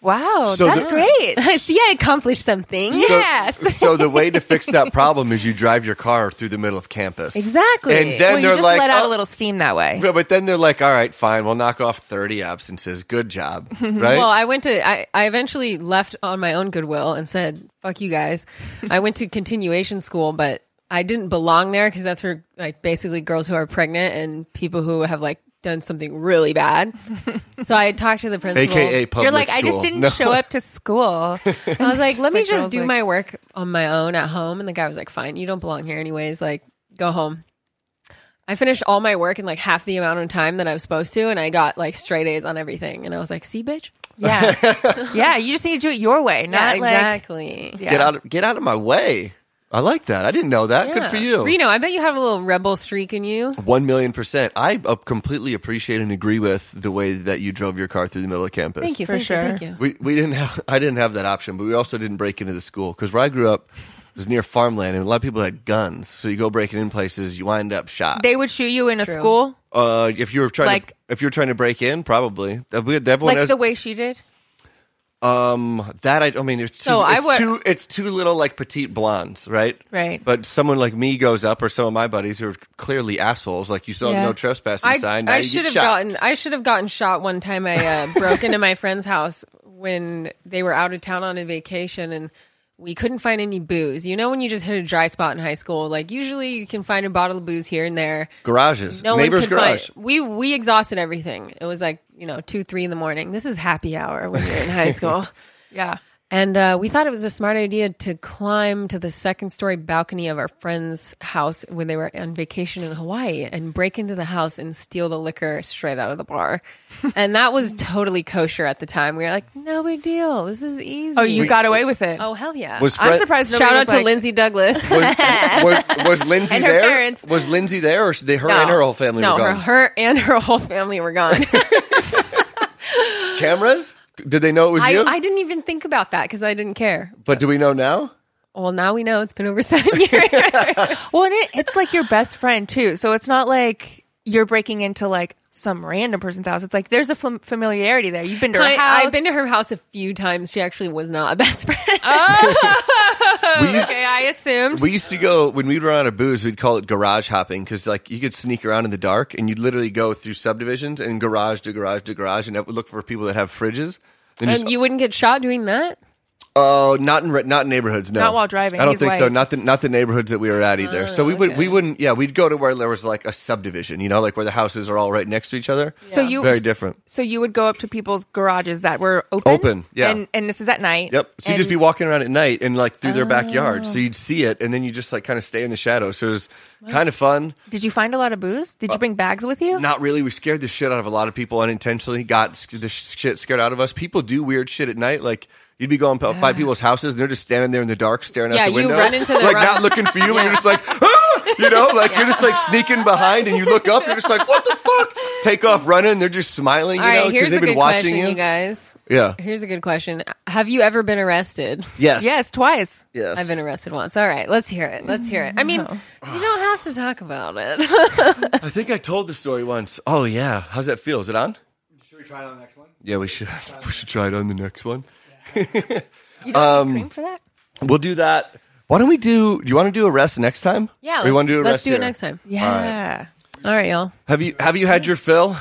Speaker 7: Wow,
Speaker 6: So
Speaker 7: that's
Speaker 6: the-
Speaker 7: great.
Speaker 8: (laughs) See, I accomplished something.
Speaker 6: So-
Speaker 7: Yes.
Speaker 6: (laughs) So, the way to fix that problem is you drive your car through the middle of campus.
Speaker 7: Exactly.
Speaker 6: And then
Speaker 7: well,
Speaker 6: they're
Speaker 7: you just
Speaker 6: like,
Speaker 7: let out
Speaker 6: oh.
Speaker 7: a little steam that way.
Speaker 6: But, but then they're like, all right, fine, we'll knock off 30 absences. Good
Speaker 7: (laughs)
Speaker 6: job. Right?
Speaker 8: Well, I went to I, I eventually left on my own goodwill and said, "Fuck you guys." I went to continuation school, but I didn't belong there because that's where like basically girls who are pregnant and people who have like done something really bad. so I had talked to the principal.
Speaker 6: AKA public
Speaker 7: You're like, I just
Speaker 6: school."
Speaker 7: didn't
Speaker 6: No.
Speaker 7: show up to school.
Speaker 8: I was like, "Let me
Speaker 7: Like, I
Speaker 8: just
Speaker 7: was
Speaker 8: do
Speaker 7: like-
Speaker 8: my work on my own at home." And the guy was like, "Fine, you don't belong here anyways. Like, go home." I finished all my work in like half the amount of time that I was supposed to, and I got like straight A's on everything. And I was like, "See, bitch."
Speaker 7: (laughs) yeah, yeah. You just need to do it your way, not
Speaker 8: exactly.
Speaker 7: like
Speaker 6: (laughs)
Speaker 7: yeah.
Speaker 6: Get out of get out of my way. I like that. I didn't know that. Good for you.
Speaker 8: Reno, I bet you have a little rebel streak in you.
Speaker 6: One million percent. I uh, completely appreciate and agree with the way that you drove your car through the middle of campus.
Speaker 8: Thank you.
Speaker 7: For
Speaker 8: thank
Speaker 7: sure.
Speaker 8: You, thank you.
Speaker 6: We we didn't have I didn't have that option, but we also didn't break into the school because where I grew up was near farmland, and a lot of people had guns. So you go breaking in places, you wind up shot.
Speaker 7: They would shoot you in a
Speaker 8: True.
Speaker 7: school,
Speaker 6: uh, if you were trying to,
Speaker 7: Like-
Speaker 6: if you were trying to break in, probably Uh, we- everyone
Speaker 7: like
Speaker 6: has-
Speaker 7: the way she did.
Speaker 6: that. I, I mean, it's too,
Speaker 8: So I
Speaker 6: it's
Speaker 8: wa-
Speaker 6: too it's too little like petite blondes, right?
Speaker 7: Right.
Speaker 6: But someone like me goes up, or some of my buddies who are clearly assholes, like you saw
Speaker 7: Yeah.
Speaker 6: no trespassing
Speaker 8: I,
Speaker 6: sign. Now
Speaker 8: I
Speaker 6: you
Speaker 8: should
Speaker 6: get
Speaker 8: have
Speaker 6: shot.
Speaker 8: gotten I should have gotten shot one time. I
Speaker 6: (laughs)
Speaker 8: uh, broke into my friend's house when they were out of town on a vacation and we couldn't find any booze. You know when you just hit a dry spot in high school, like usually you can find a bottle of booze here and there.
Speaker 6: garages,
Speaker 8: No
Speaker 6: neighbor's
Speaker 8: one could find-
Speaker 6: garage.
Speaker 8: we we exhausted everything. It was like you know two three in the morning. This is happy hour when you're in
Speaker 6: (laughs)
Speaker 8: high school.
Speaker 7: Yeah,
Speaker 8: And uh, we thought it was a smart idea to climb to the second story balcony of our friend's house when they were on vacation in Hawaii and break into the house and steal the liquor straight out of the (laughs) bar. and that was totally kosher at the time. We were like, no big deal. This is easy.
Speaker 7: Oh, you got away with it.
Speaker 8: Oh, hell yeah.
Speaker 6: Was
Speaker 7: I'm
Speaker 6: Fred-
Speaker 7: surprised.
Speaker 8: Shout out to
Speaker 7: Lindsay.
Speaker 8: Lindsay Douglas.
Speaker 6: (laughs) was, was,
Speaker 8: (laughs)
Speaker 6: was Lindsay
Speaker 7: And her
Speaker 6: there?
Speaker 7: parents.
Speaker 6: Was Lindsay there, or she- they, her and her whole family
Speaker 8: No,
Speaker 6: were
Speaker 8: her,
Speaker 6: gone?
Speaker 8: her and her whole family were
Speaker 6: (laughs)
Speaker 8: gone.
Speaker 6: Cameras? Did they know it was
Speaker 8: I,
Speaker 6: you?
Speaker 8: I didn't even think about that because I didn't care.
Speaker 6: but do we know now?
Speaker 8: Well, now we know it's been over seven (laughs) years.
Speaker 7: Well, and it, it's like your best friend too. So it's not like you're breaking into like some random person's house. It's like there's a fam- familiarity there. You've been to her
Speaker 8: Kind-
Speaker 7: house.
Speaker 8: I've been to her house a few times. She actually was not a (laughs) best friend.
Speaker 6: We used,
Speaker 7: Okay, I assumed.
Speaker 6: we used to go when we were out of booze. We'd call it garage hopping because like you could sneak around in the dark and you'd literally go through subdivisions and garage to garage to garage and that would look for people that have fridges. And just,
Speaker 8: And you wouldn't get shot doing that?
Speaker 6: oh, not in re- not in neighborhoods. No,
Speaker 7: Not while driving,
Speaker 6: I don't
Speaker 7: he's
Speaker 6: think so.
Speaker 7: white. Oh,
Speaker 6: Not the not the neighborhoods that we were at either. so we would we wouldn't. Yeah, we'd go to where there was like a subdivision. You know, like where the houses are all right next to each other.
Speaker 7: So you
Speaker 6: very different.
Speaker 7: So you would go up to people's garages that were open.
Speaker 6: Open, yeah.
Speaker 7: And, and this is at night.
Speaker 6: Yep. So you
Speaker 7: And-
Speaker 6: just be walking around at night and like through their backyard.
Speaker 8: Oh.
Speaker 6: So you'd see it and then you just like kind of stay in the shadow. So it was kind of fun.
Speaker 7: Did you find a lot of booze? Did you bring bags with you?
Speaker 6: Not really. We scared the shit out of a lot of people unintentionally, got sc- the sh- shit scared out of us. People do weird shit at night. Like you'd be going p- by people's houses and they're just standing there in the dark staring
Speaker 8: Yeah,
Speaker 6: out the
Speaker 8: you
Speaker 6: window.
Speaker 8: run into the
Speaker 6: like
Speaker 8: run-
Speaker 6: not looking for you and you're just like, ah! you know, like you're just like sneaking behind and you look up, you're just like, what the fuck? Take off running. They're just smiling, you
Speaker 8: All right,
Speaker 6: know, because
Speaker 8: here's a
Speaker 6: they've
Speaker 8: good
Speaker 6: been watching
Speaker 8: question, you.
Speaker 6: you.
Speaker 8: guys.
Speaker 6: yeah.
Speaker 8: Here's a good question. Have you ever been arrested?
Speaker 6: Yes.
Speaker 7: Yes, twice.
Speaker 6: Yes.
Speaker 8: I've been arrested once. All right, let's hear it. Let's hear it. I mean, you don't have to talk about it.
Speaker 6: I think I told the story once. Oh yeah, how's that feel? Is it on?
Speaker 5: Should we try it on the next one?
Speaker 6: Yeah, we should. (laughs) We should try it on the next one.
Speaker 7: You don't have cream for that?
Speaker 6: We'll do that. Why don't we do? Do you want to do a rest next time?
Speaker 8: (laughs) yeah,
Speaker 6: we
Speaker 8: let's,
Speaker 6: want to do a
Speaker 8: let's
Speaker 6: rest.
Speaker 8: do it
Speaker 6: here.
Speaker 8: next time.
Speaker 7: Yeah.
Speaker 8: All right, y'all.
Speaker 6: Have you Have you had your fill?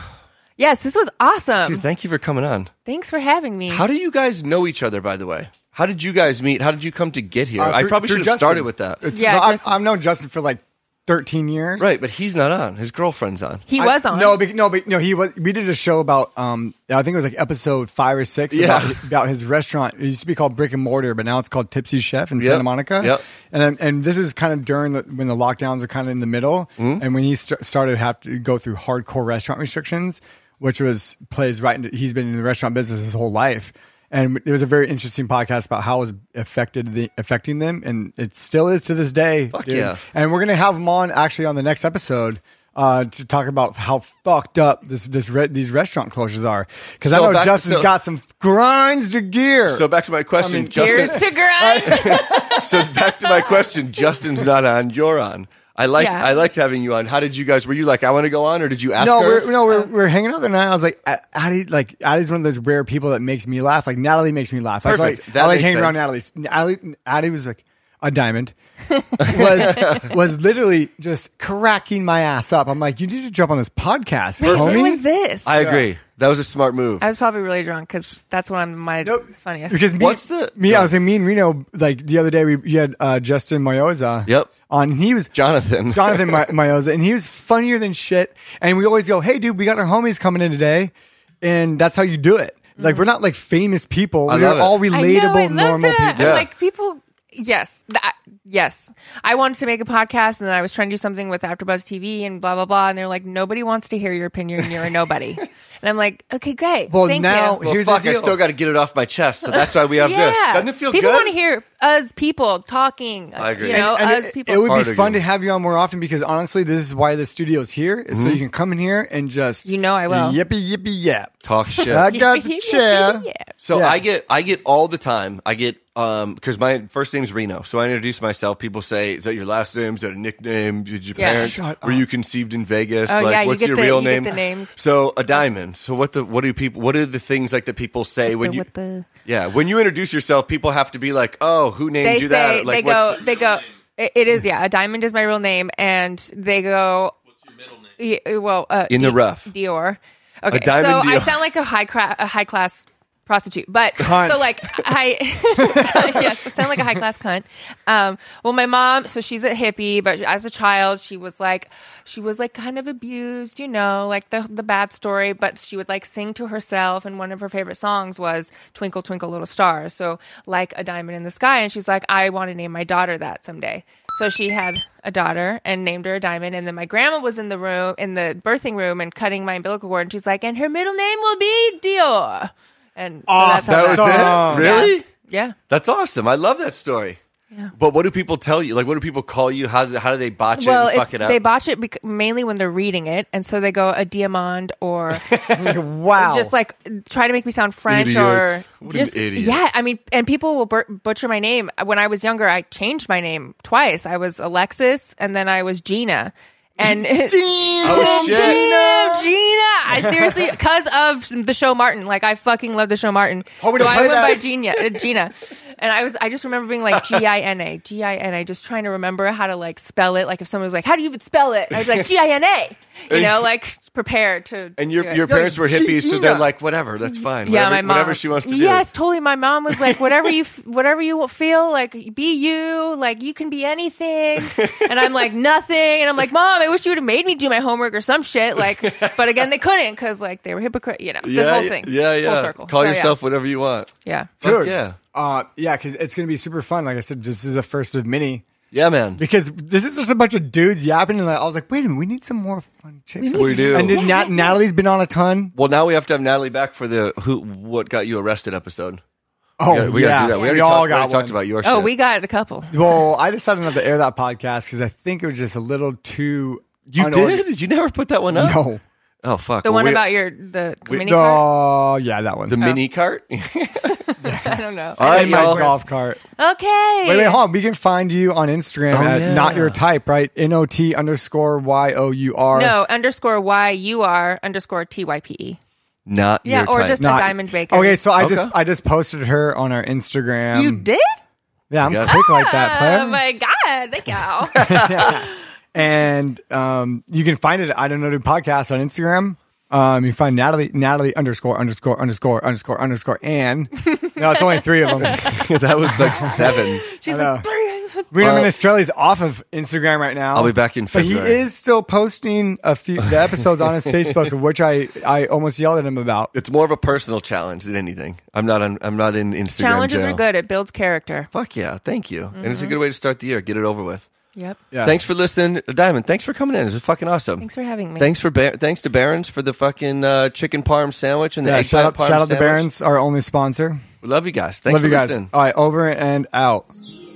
Speaker 7: Yes, this was awesome.
Speaker 6: Dude, thank you for coming on.
Speaker 7: Thanks for having me.
Speaker 6: How do you guys know each other? By the way, how did you guys meet? How did you come to get here?
Speaker 5: Uh,
Speaker 6: I
Speaker 5: through-
Speaker 6: probably
Speaker 5: through
Speaker 6: should have
Speaker 5: Justin.
Speaker 6: started with that.
Speaker 5: It's,
Speaker 7: Yeah,
Speaker 5: so I've,
Speaker 7: Justin.
Speaker 5: I've known Justin for like 13 years.
Speaker 6: Right, but he's not on. His girlfriend's on.
Speaker 7: he
Speaker 5: I-
Speaker 7: was on.
Speaker 5: No, but, no, but no. He was. We did a show about. Um, I think it was like episode five or six.
Speaker 6: Yeah.
Speaker 5: About, about his restaurant. It used to be called Brick and Mortar, but now it's called Tipsy Chef in
Speaker 6: Yep.
Speaker 5: Santa Monica.
Speaker 6: Yep.
Speaker 5: And then- and this is kind of during the, when the lockdowns are kind of in the middle,
Speaker 6: Mm-hmm.
Speaker 5: and when he st- started to have to go through hardcore restaurant restrictions, which was plays right into. He's been in the restaurant business his whole life. And it was a very interesting podcast about how it was affected the, affecting them, and it still is to this day.
Speaker 6: Fuck
Speaker 5: dude.
Speaker 6: yeah.
Speaker 5: And we're gonna have him on actually on the next episode uh, to talk about how fucked up this this re- these restaurant closures are. Because
Speaker 6: So
Speaker 5: I know
Speaker 6: back-
Speaker 5: Justin's
Speaker 6: so-
Speaker 5: got some grinds to gear.
Speaker 6: So back to my question,
Speaker 5: I mean,
Speaker 6: (laughs) Justin.
Speaker 7: Here's to
Speaker 6: (laughs)
Speaker 7: grind.
Speaker 6: so back to my question. Justin's not on. You're on. I liked
Speaker 7: Yeah.
Speaker 6: I liked having you on. How did you guys? Were you like I want to go on, or did you ask
Speaker 5: No,
Speaker 6: her?
Speaker 5: we're, no, we're, we're hanging out the night. I was like, A- Addie, like Addie's one of those rare people that makes me laugh. Like Natalie makes me laugh. Like,
Speaker 6: Perfect.
Speaker 5: like,
Speaker 6: That
Speaker 5: I like
Speaker 6: makes
Speaker 5: hanging around Natalie. Addie, Addie was like a diamond. was was literally just cracking my ass up. I'm like, you need to jump on this podcast, homie.
Speaker 7: When was this?
Speaker 6: I agree. That was a smart move.
Speaker 7: I was probably really drunk because that's when I'm my
Speaker 5: Nope.
Speaker 7: funniest.
Speaker 5: Because me,
Speaker 6: What's the-
Speaker 5: me? I was in me and Reno like the other day. We you had uh, Justin Moyoza.
Speaker 6: Yep.
Speaker 5: On he was
Speaker 6: Jonathan.
Speaker 5: (laughs) Jonathan My- Moyoza, and he was funnier than shit. And we always go, "Hey, dude, we got our homies coming in today," and that's how you do it. Like we're not like famous people.
Speaker 6: I
Speaker 5: We're
Speaker 6: love it.
Speaker 5: all
Speaker 7: Mm-hmm. I
Speaker 5: relatable,
Speaker 7: know, I love
Speaker 5: normal
Speaker 7: that.
Speaker 5: people.
Speaker 6: Yeah.
Speaker 7: I'm like people. Yes, that, yes. I wanted to make a podcast, and then I was trying to do something with AfterBuzz TV and blah blah blah. And they're like, nobody wants to hear your opinion. You're a nobody.
Speaker 5: (laughs)
Speaker 7: and I'm like, okay, great.
Speaker 5: Well,
Speaker 7: Thank
Speaker 5: now-
Speaker 7: you.
Speaker 6: well,
Speaker 5: here's the
Speaker 6: fuck, I
Speaker 5: deal.
Speaker 6: still got to get it off my chest, so that's why we have this. Doesn't it feel
Speaker 7: people
Speaker 6: good?
Speaker 7: want to hear us people talking.
Speaker 6: I agree.
Speaker 7: You
Speaker 6: And-
Speaker 7: know,
Speaker 5: And
Speaker 7: us
Speaker 5: it,
Speaker 7: people.
Speaker 5: it would
Speaker 6: Hard
Speaker 5: be
Speaker 6: to
Speaker 5: fun
Speaker 6: go.
Speaker 5: to have you on more often because honestly, this is why the studio's here, is
Speaker 6: Mm-hmm.
Speaker 5: so you can come in here and just
Speaker 7: You know I will.
Speaker 5: yippee yippee yap.
Speaker 6: Talk shit.
Speaker 5: I got
Speaker 7: (laughs)
Speaker 5: the chair.
Speaker 7: Yeah.
Speaker 6: So
Speaker 5: Yeah.
Speaker 6: I get I get all the time. I get um because my first name's Reno, so I introduce myself. People say, "Is that your last name? Is that a nickname? Did your
Speaker 7: Yeah.
Speaker 6: parents
Speaker 5: Shut
Speaker 6: were
Speaker 5: up.
Speaker 6: you conceived in Vegas?
Speaker 7: Oh,
Speaker 6: like,
Speaker 7: yeah, you
Speaker 6: what's
Speaker 7: get
Speaker 6: your
Speaker 7: the-
Speaker 6: real
Speaker 7: you get
Speaker 6: name?
Speaker 7: the name.
Speaker 6: So a diamond. So what the what do people? What are the things like that people say when
Speaker 7: The-
Speaker 6: you?
Speaker 7: with the-
Speaker 6: yeah, when you introduce yourself, people have to be like, "Oh, who named
Speaker 7: they
Speaker 6: you
Speaker 7: say
Speaker 6: that?" Like,
Speaker 7: they go
Speaker 6: what's-
Speaker 7: they go it- it is yeah a diamond is my real name and they go what's your middle name well uh,
Speaker 6: In the rough.
Speaker 7: dior okay
Speaker 6: diamond
Speaker 7: so i
Speaker 6: Dior.
Speaker 7: sound like a high cra- a high class prostitute but
Speaker 5: Cunt.
Speaker 7: so like i (laughs) yes i sound like a high class cunt um well my mom so she's a hippie but as a child she was like she was like kind of abused you know like the the bad story but she would like sing to herself and one of her favorite songs was twinkle twinkle little star so like a diamond in the sky and she's like i want to name my daughter that someday so she had a daughter and named her a diamond and then my grandma was in the room in the birthing room and cutting my umbilical cord and she's like and her middle name will be dior and so that's how
Speaker 6: that was
Speaker 5: Awesome.
Speaker 6: it. Really?
Speaker 7: yeah
Speaker 6: That's awesome. I love that story. But what do people tell you? Like, what do people call you? How do, how do they botch it
Speaker 7: well,
Speaker 6: and
Speaker 7: it's,
Speaker 6: fuck it up?
Speaker 7: they botch it bec- mainly when they're reading it, and so they go a diamond
Speaker 6: (laughs)
Speaker 7: or
Speaker 5: Wow.
Speaker 7: just like try to make me sound French
Speaker 6: Idiots.
Speaker 7: or
Speaker 6: What an
Speaker 7: just
Speaker 6: idiot.
Speaker 7: yeah. I mean, and people will bur- butcher my name. When I was younger, I changed my name twice. I was Alexis, and then I was Gina,
Speaker 6: (laughs)
Speaker 7: and.
Speaker 6: oh, shit.
Speaker 7: Gina, Gina.
Speaker 5: (laughs)
Speaker 7: I seriously, because of the show Martin, like I fucking love the show Martin.
Speaker 5: Oh, we
Speaker 7: so
Speaker 5: don't
Speaker 7: I
Speaker 5: play
Speaker 7: went by
Speaker 5: that.
Speaker 7: Gina, uh, Gina, and I was, I just remember being like G I N A, G I N A, just trying to remember how to like spell it. Like if someone was like, "How do you even spell it?" I was like G I N A, you know, like prepared to.
Speaker 6: And
Speaker 7: do
Speaker 6: your
Speaker 7: it.
Speaker 6: your parents were hippies, so they're
Speaker 5: Gina.
Speaker 6: like, whatever, that's fine.
Speaker 7: yeah,
Speaker 6: whatever,
Speaker 7: my mom.
Speaker 6: whatever she wants to do.
Speaker 7: Yes, totally. My mom was like, "Whatever you, f- whatever you feel, like be you, like you can be anything." And I'm like, "Nothing." And I'm like, "Mom, I wish you would have made me do my homework or some shit." Like, but again, they couldn't because like they were hypocrite. You know, the
Speaker 6: yeah,
Speaker 7: whole thing.
Speaker 6: Yeah, yeah.
Speaker 7: Full circle.
Speaker 6: Call
Speaker 7: So, yeah.
Speaker 6: yourself whatever you want.
Speaker 7: Yeah.
Speaker 6: Fuck
Speaker 5: Dude,
Speaker 6: yeah.
Speaker 5: Uh, yeah, because it's going to be super fun. Like I said, this is the first of many.
Speaker 6: Yeah,
Speaker 7: (laughs)
Speaker 6: man.
Speaker 5: Because this is just a bunch of dudes yapping, and I was like, wait a minute, we need some more fun chicks.
Speaker 6: We do.
Speaker 5: And then Nat- Natalie's been on a ton.
Speaker 6: well, now we have to have Natalie back for the who what got you arrested episode.
Speaker 5: Oh,
Speaker 6: We gotta- we
Speaker 5: yeah.
Speaker 6: gotta do that. We, already
Speaker 5: all
Speaker 6: talked, we
Speaker 5: got
Speaker 6: already talked
Speaker 5: one.
Speaker 6: about your
Speaker 7: Oh,
Speaker 6: shit.
Speaker 7: we got a couple.
Speaker 5: Well, I decided not to air that podcast because I think it was just a little too.
Speaker 6: You did? You never put that one up?
Speaker 5: No.
Speaker 6: Oh, fuck.
Speaker 7: The
Speaker 6: Well,
Speaker 7: one
Speaker 6: we-
Speaker 7: about your the mini
Speaker 5: Oh,
Speaker 7: cart.
Speaker 5: yeah, that one.
Speaker 6: the mini cart?
Speaker 7: (laughs) I don't know.
Speaker 6: All right,
Speaker 5: And my
Speaker 6: y'all.
Speaker 5: golf cart.
Speaker 6: Uh,
Speaker 7: Okay.
Speaker 5: Wait, wait, hold on. We can find you on Instagram
Speaker 6: Oh,
Speaker 5: at
Speaker 6: yeah.
Speaker 5: not your type, right? N O T underscore Y O U R.
Speaker 7: No underscore y u r underscore t y p e.
Speaker 6: Not
Speaker 7: Yeah,
Speaker 6: your
Speaker 7: or
Speaker 6: type.
Speaker 7: just (laughs) a
Speaker 5: Not-
Speaker 7: diamond baker.
Speaker 5: Okay, so I just
Speaker 6: Okay.
Speaker 5: I just posted her on our Instagram.
Speaker 7: you did.
Speaker 5: Yeah, I'm
Speaker 6: Yes.
Speaker 5: quick like
Speaker 7: (laughs)
Speaker 5: that, player.
Speaker 7: Oh my god! Thank you.
Speaker 5: and um, you can find it at I Don't Know Dude Podcast on Instagram. Um, you can find Natalie Natalie underscore underscore underscore underscore underscore
Speaker 7: (laughs)
Speaker 5: and no, it's only three of
Speaker 6: (laughs)
Speaker 5: them.
Speaker 6: that was
Speaker 5: (laughs)
Speaker 6: like
Speaker 7: (laughs)
Speaker 6: seven.
Speaker 7: She's
Speaker 5: I
Speaker 7: like, "Three."
Speaker 5: Reno
Speaker 6: Uh,
Speaker 5: Minestrelli's off of Instagram right now.
Speaker 6: I'll be back in
Speaker 5: But he
Speaker 6: February.
Speaker 5: is still posting a
Speaker 6: (laughs)
Speaker 5: few the episodes on his Facebook, of which I, I almost yelled at him about.
Speaker 6: It's more of a personal challenge than anything. I'm not on, I'm not in Instagram.
Speaker 7: Challenges
Speaker 6: jail.
Speaker 7: are good. Mm-hmm. It builds character.
Speaker 6: Fuck yeah. Thank you. And it's a good way to start the year. Get it over with.
Speaker 7: Yep.
Speaker 5: Yeah.
Speaker 6: Thanks for listening, Diamond. Thanks for coming in. This is fucking awesome.
Speaker 7: Thanks for having me.
Speaker 6: Thanks for Bar- thanks to Barons for the fucking uh, chicken parm sandwich and the
Speaker 5: Yeah,
Speaker 6: eggplant
Speaker 5: shout out,
Speaker 6: parm
Speaker 5: shout out to
Speaker 6: sandwich.
Speaker 5: Barons, our only sponsor.
Speaker 6: We love you guys. Thanks
Speaker 5: Love
Speaker 6: for
Speaker 5: you guys.
Speaker 6: listening.
Speaker 5: All right, over and out.